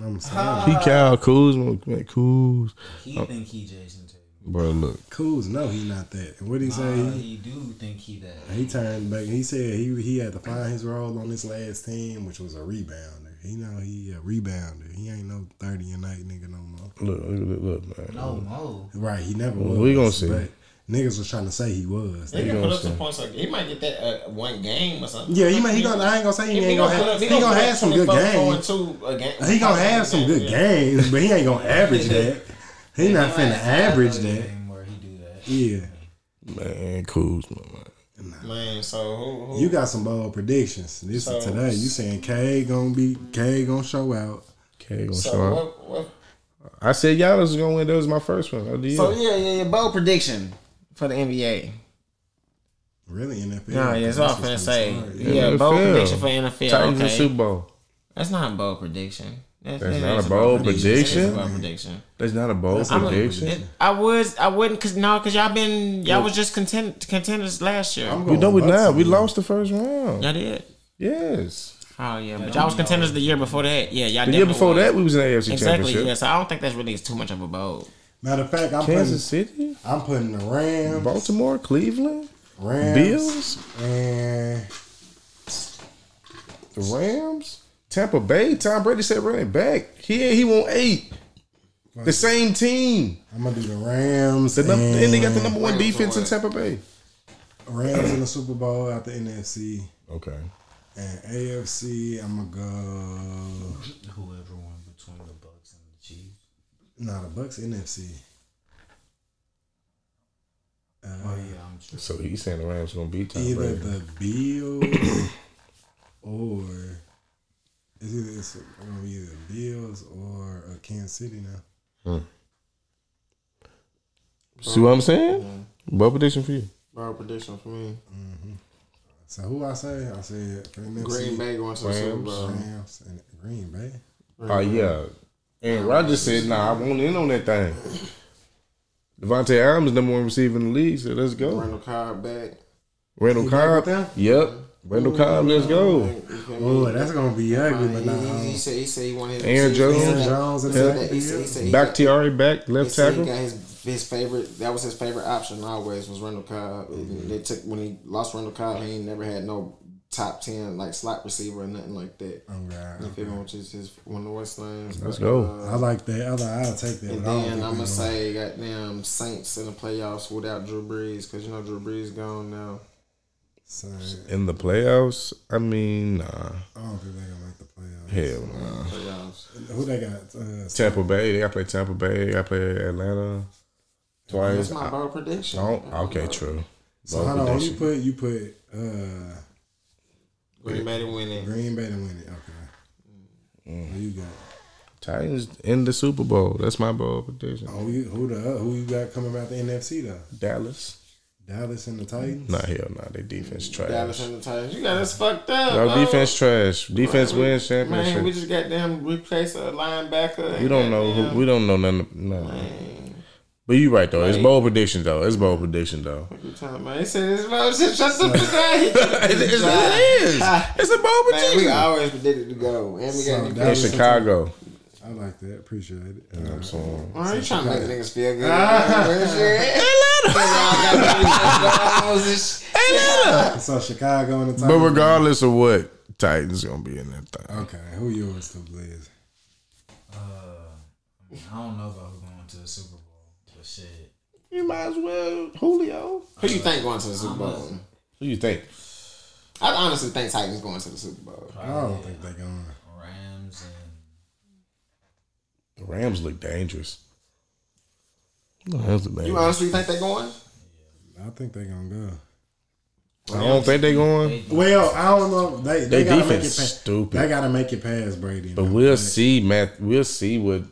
I'm saying. He Cal Kuzma. Man, Kuz. He Oh, think he Jason Tatum. bro, look. Kuz, no, he not that. What he say? Nah, He, he do think he that. he turned back. He said he he had to find his role on this last team, which was a rebounder. He know he a rebounder. He ain't no thirty a night nigga no more. Look, look, look, look, man. No mo. Right, he never was. Well, we gonna see. But niggas was trying to say he was. He You can know put up what I'm some saying? points. Like he might get that uh, one game or something. Yeah, he might. He gonna. I ain't gonna say he ain't gonna have. He gonna have some good games. He gonna have some good games, but he ain't gonna average that. He not finna average that. Game where he do that. Yeah, Man, Kuzma, man. Man, so who, who you got some bold predictions. This is So- today. You saying K gonna be K gonna show out? Okay, gonna So show up. what, what? I said y'all is gonna win. That was my first one. I did. So yeah, yeah, yeah. Bold prediction for the NBA. Really NFL? No, yeah, that's what I'm This finna is say. gonna start. Yeah, NFL. bold prediction for NFL. Titans and okay. Super Bowl. That's not a bold prediction. That's that not is a bold That's prediction? a bold prediction. That's not a bold That's not a prediction. It- I was, I wouldn't, cause no, cause y'all been, y'all was just contend, contenders last year. I'm We going know we Bucks not. We again. lost the first round. y'all did. Yes. Oh yeah, but y'all was contenders the year before that. Yeah, y'all. The year definitely before was. that, we was in the AFC Exactly. Championship. Yeah, so I don't think that's really too much of a bold. Matter of fact, I'm Kansas City, putting I'm putting the Rams, Baltimore, Cleveland, Rams, Bills, and the Rams, Tampa Bay. Tom Brady said running back. He he won eight. The same team. I'm gonna do the Rams. The num- and they got the number one Rams defense in won. Tampa Bay. Rams in the Super Bowl out the NFC. Okay. And AFC, I'm gonna go. Whoever won between the Bucks and the Chiefs. Nah, the Bucks NFC. Uh, Oh yeah, I'm sure. So he's saying the Rams gonna beat Tom either Brady. the Bills or it's either it's gonna be either Bills or uh, Kansas City now. See what I'm saying? What prediction for you? bold prediction for me? So who I say? I said for NFC, Green Bay going to the Super Rams. Bowl. Rams and Green Bay. Oh yeah. And Roger said, "Nah, I won't in on that thing." Devontae Adams number one receiver in the league, so let's go. Randall Cobb back. Randall Cobb. Yep. Randall Cobb, let's go. Oh, that's gonna be ugly, but nah. He, he said he said he wanted Aaron he said- he Jones. said Aaron that- Jones in he said the that- he said- he said he Back got- Tiari, back he left said he tackle. got his his favorite. That was his favorite option always was Randall Cobb. Mm-hmm. And They took when he lost Randall Cobb, he ain't never had no top ten like slot receiver or nothing like that. You feel me? Which is his one of the worst lines. Let's But, go. uh, I like that. I like, I'll take that. And but I don't then think I'm we gonna will. say, goddamn Saints in the playoffs without Drew Brees because you know Drew Brees gone now. In the playoffs, I mean, nah. I don't think they're gonna make the Hell nah. playoffs. Who they got? Uh, Tampa Bay. They got to play Tampa Bay. They got to play Atlanta twice. That's my bold prediction. I don't- okay, true. so Bold hold on. You prediction. put you put uh, Green Bay to win it. Green Bay to win it. Okay. Mm. Who you got? Titans in the Super Bowl. That's my bold prediction. Who Oh, you, who the who you got coming out the NFC though? Dallas. Dallas and the Titans. Nah, hell nah. They defense trash. Dallas and the Titans. You got us fucked up. No bro. defense trash. Defense Man, we- wins Man, we championship. just got them replace a linebacker. and We don't know. goddamn- Who, we don't know none. of- No. But you right though. It's bold prediction though. It's bold prediction though. What you talking about? They said it's about shit. Shut up today. it's- it is. It's a bold Man, we prediction. always predicted to go, and we So, got. In Dallas and Chicago. I like that. Appreciate it. Uh, I'm saying. Why are you trying to make niggas feel good? Ah. Where's your- Atlanta. So Chicago and the Titans. But regardless of what, Titans gonna be in that thing. Okay, who yours to Blaze? I don't know about who going to the Super Bowl, but shit. You might as well Julio. Who you think going to the Super Bowl? Who you think? I honestly think Titans going to the Super Bowl. I don't think they're going. Rams and The Rams look dangerous. The Rams look You dangerous. honestly think they're going? I think they're gonna go. I don't think they going. Well, I don't know. They they, They gotta defense make it pa- stupid. They gotta make it past Brady. But we'll see, Matt. We'll see what,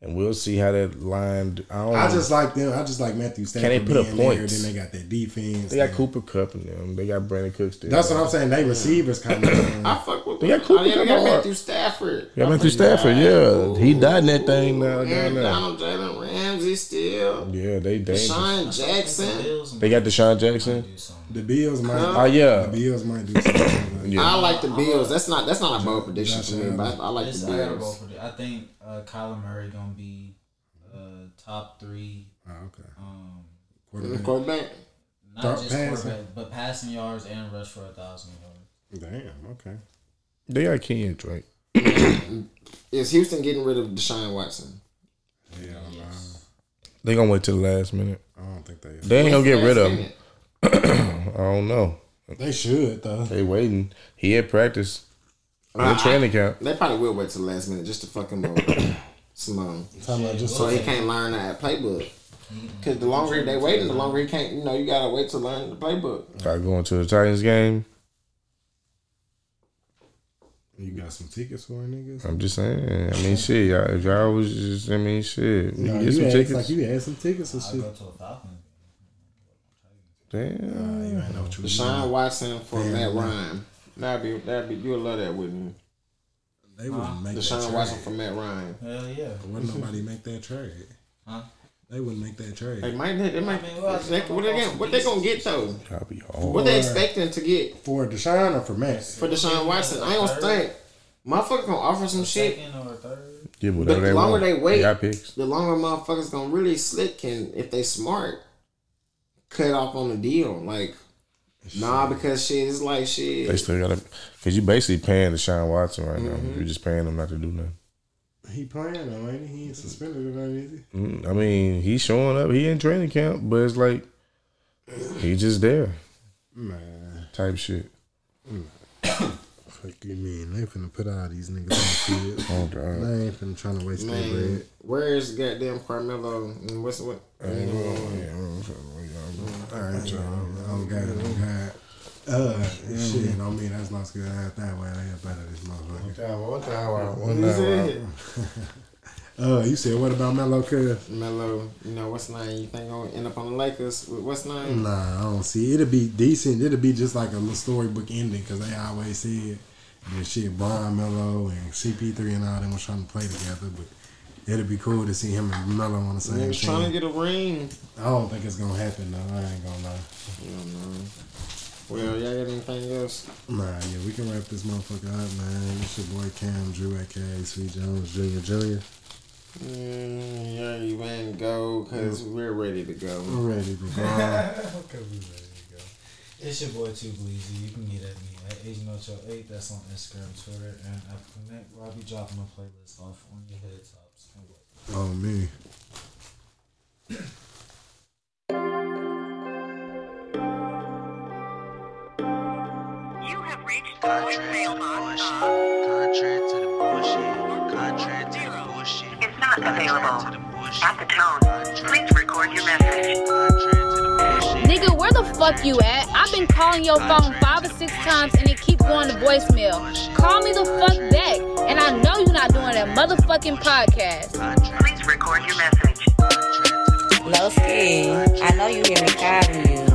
and we'll see how that line. I don't. I just like them. I just like Matthew Stafford. they put up being there, points? Then they got that defense. They got Cooper Cup in them. They got Brandon Cook still. That's what I'm saying. They receivers kind of. I fuck with. They got Cooper oh, yeah, they got Kupp. Matthew Stafford. Yeah, Matthew Stafford. Yeah, he died in that thing now. Aaron Down there. Donald, Jalen Ramsey still. Yeah, they dangerous. Sean Jackson. They got Deshaun Jackson. The Bills might. Oh yeah, The Bills might do something. but- I like the Bills. That's not that's not a bold prediction to me, but I, I like It's the I gotta go Bills. for the- I think uh, Kyler Murray gonna be uh, top three. Oh, okay. Um, The Quarterback. quarterback. not Start just passing. quarterback, but passing yards and rush for a thousand yards. Damn. Okay. they got Kenyon Drake. Is Houston getting rid of Deshaun Watson? Yeah. I don't know. They gonna wait till the last minute. I don't think they. They ain't gonna get rid of Last him. minute. I don't know. They should though. They waiting. He had practice. No training camp. They probably will wait till the last minute just to fuck him over. Simone. Talking about just So he can't learn that playbook. Because the longer they waiting, the longer he can't, you know, you gotta wait to learn the playbook. Probably going to the Titans game. you got some tickets for it, niggas. I'm just saying. I mean, shit. Y'all, if y'all was just, I mean, shit. We Nah, can you get some had, tickets. Like you had some tickets and I'll shit. go to a Falcon. Damn. You ain't know what you was doing. Deshaun Watson for Damn, Matt man. Ryan. That'd be that'd be you'll love that, wouldn't They wouldn't make you? that Deshaun trade. Watson for Matt Ryan. Hell yeah. Wouldn't nobody make that trade? Huh? They wouldn't make that trade. They might they might they, what they gonna- what they gonna get though? Y'all be all. What they expecting to get For Deshaun or for Max? for Deshaun Watson? I don't think. Motherfucker gonna offer some shit. Second or third. Get whatever But they the longer want. they wait, got picks. the longer motherfuckers gonna really slick and if they smart, cut off on the deal. Like, nah, because shit is like shit. They still got to. Because you basically paying Deshaun Watson right now. Mm-hmm. You're just paying him not to do nothing. He playing though, ain't he? He ain't suspended or nothing, is he? Mm, I mean, he's showing up. He in training camp, but it's like he just there Man, type shit. fuck you mean? They finna put all these niggas on the field. Oh god. They ain't finna trying to waste their Man, bread. where is goddamn Carmelo? And what's what? All right, y'all. Oh god, oh god. Uh, shit. I mean, that's not good. Half that way, they up out of this motherfucker. He said, Uh, you said what about Melo? Cause Melo, you know what's name? You think gonna end up on the Lakers? with What's name? Nah, I don't see. It'll be decent. It'll be just like a little storybook ending because they always said that shit. Brian Mello and CP3 and all them was trying to play together, but it'll be cool to see him and Mello on the They same was trying to team. get a ring. I don't think it's gonna happen though. I ain't gonna lie. You don't know. Well, y'all got anything else? Nah, yeah, we can wrap this motherfucker up, man. It's your boy Cam Drew, aka Sweet Jones Jr. Jr. Mm, yeah, you went and go because we're ready to go. We're ready to go. Okay, we ready to go. It's your boy Too Bleezy. You can get at me at AsianOcho8. That's on Instagram, Twitter, and Apple Connect. Where I'll be dropping a playlist off on your head tops. And what- Oh, me. Contrary to the bullshit. Contrary to the bullshit. It's not available. At the tone, please record your message. Nigga, where the fuck you at? I've been calling your phone five or six times and it keep going to voicemail. Call me the fuck back, and I know you're not doing that motherfucking podcast. Low ski, I know you hear me calling you.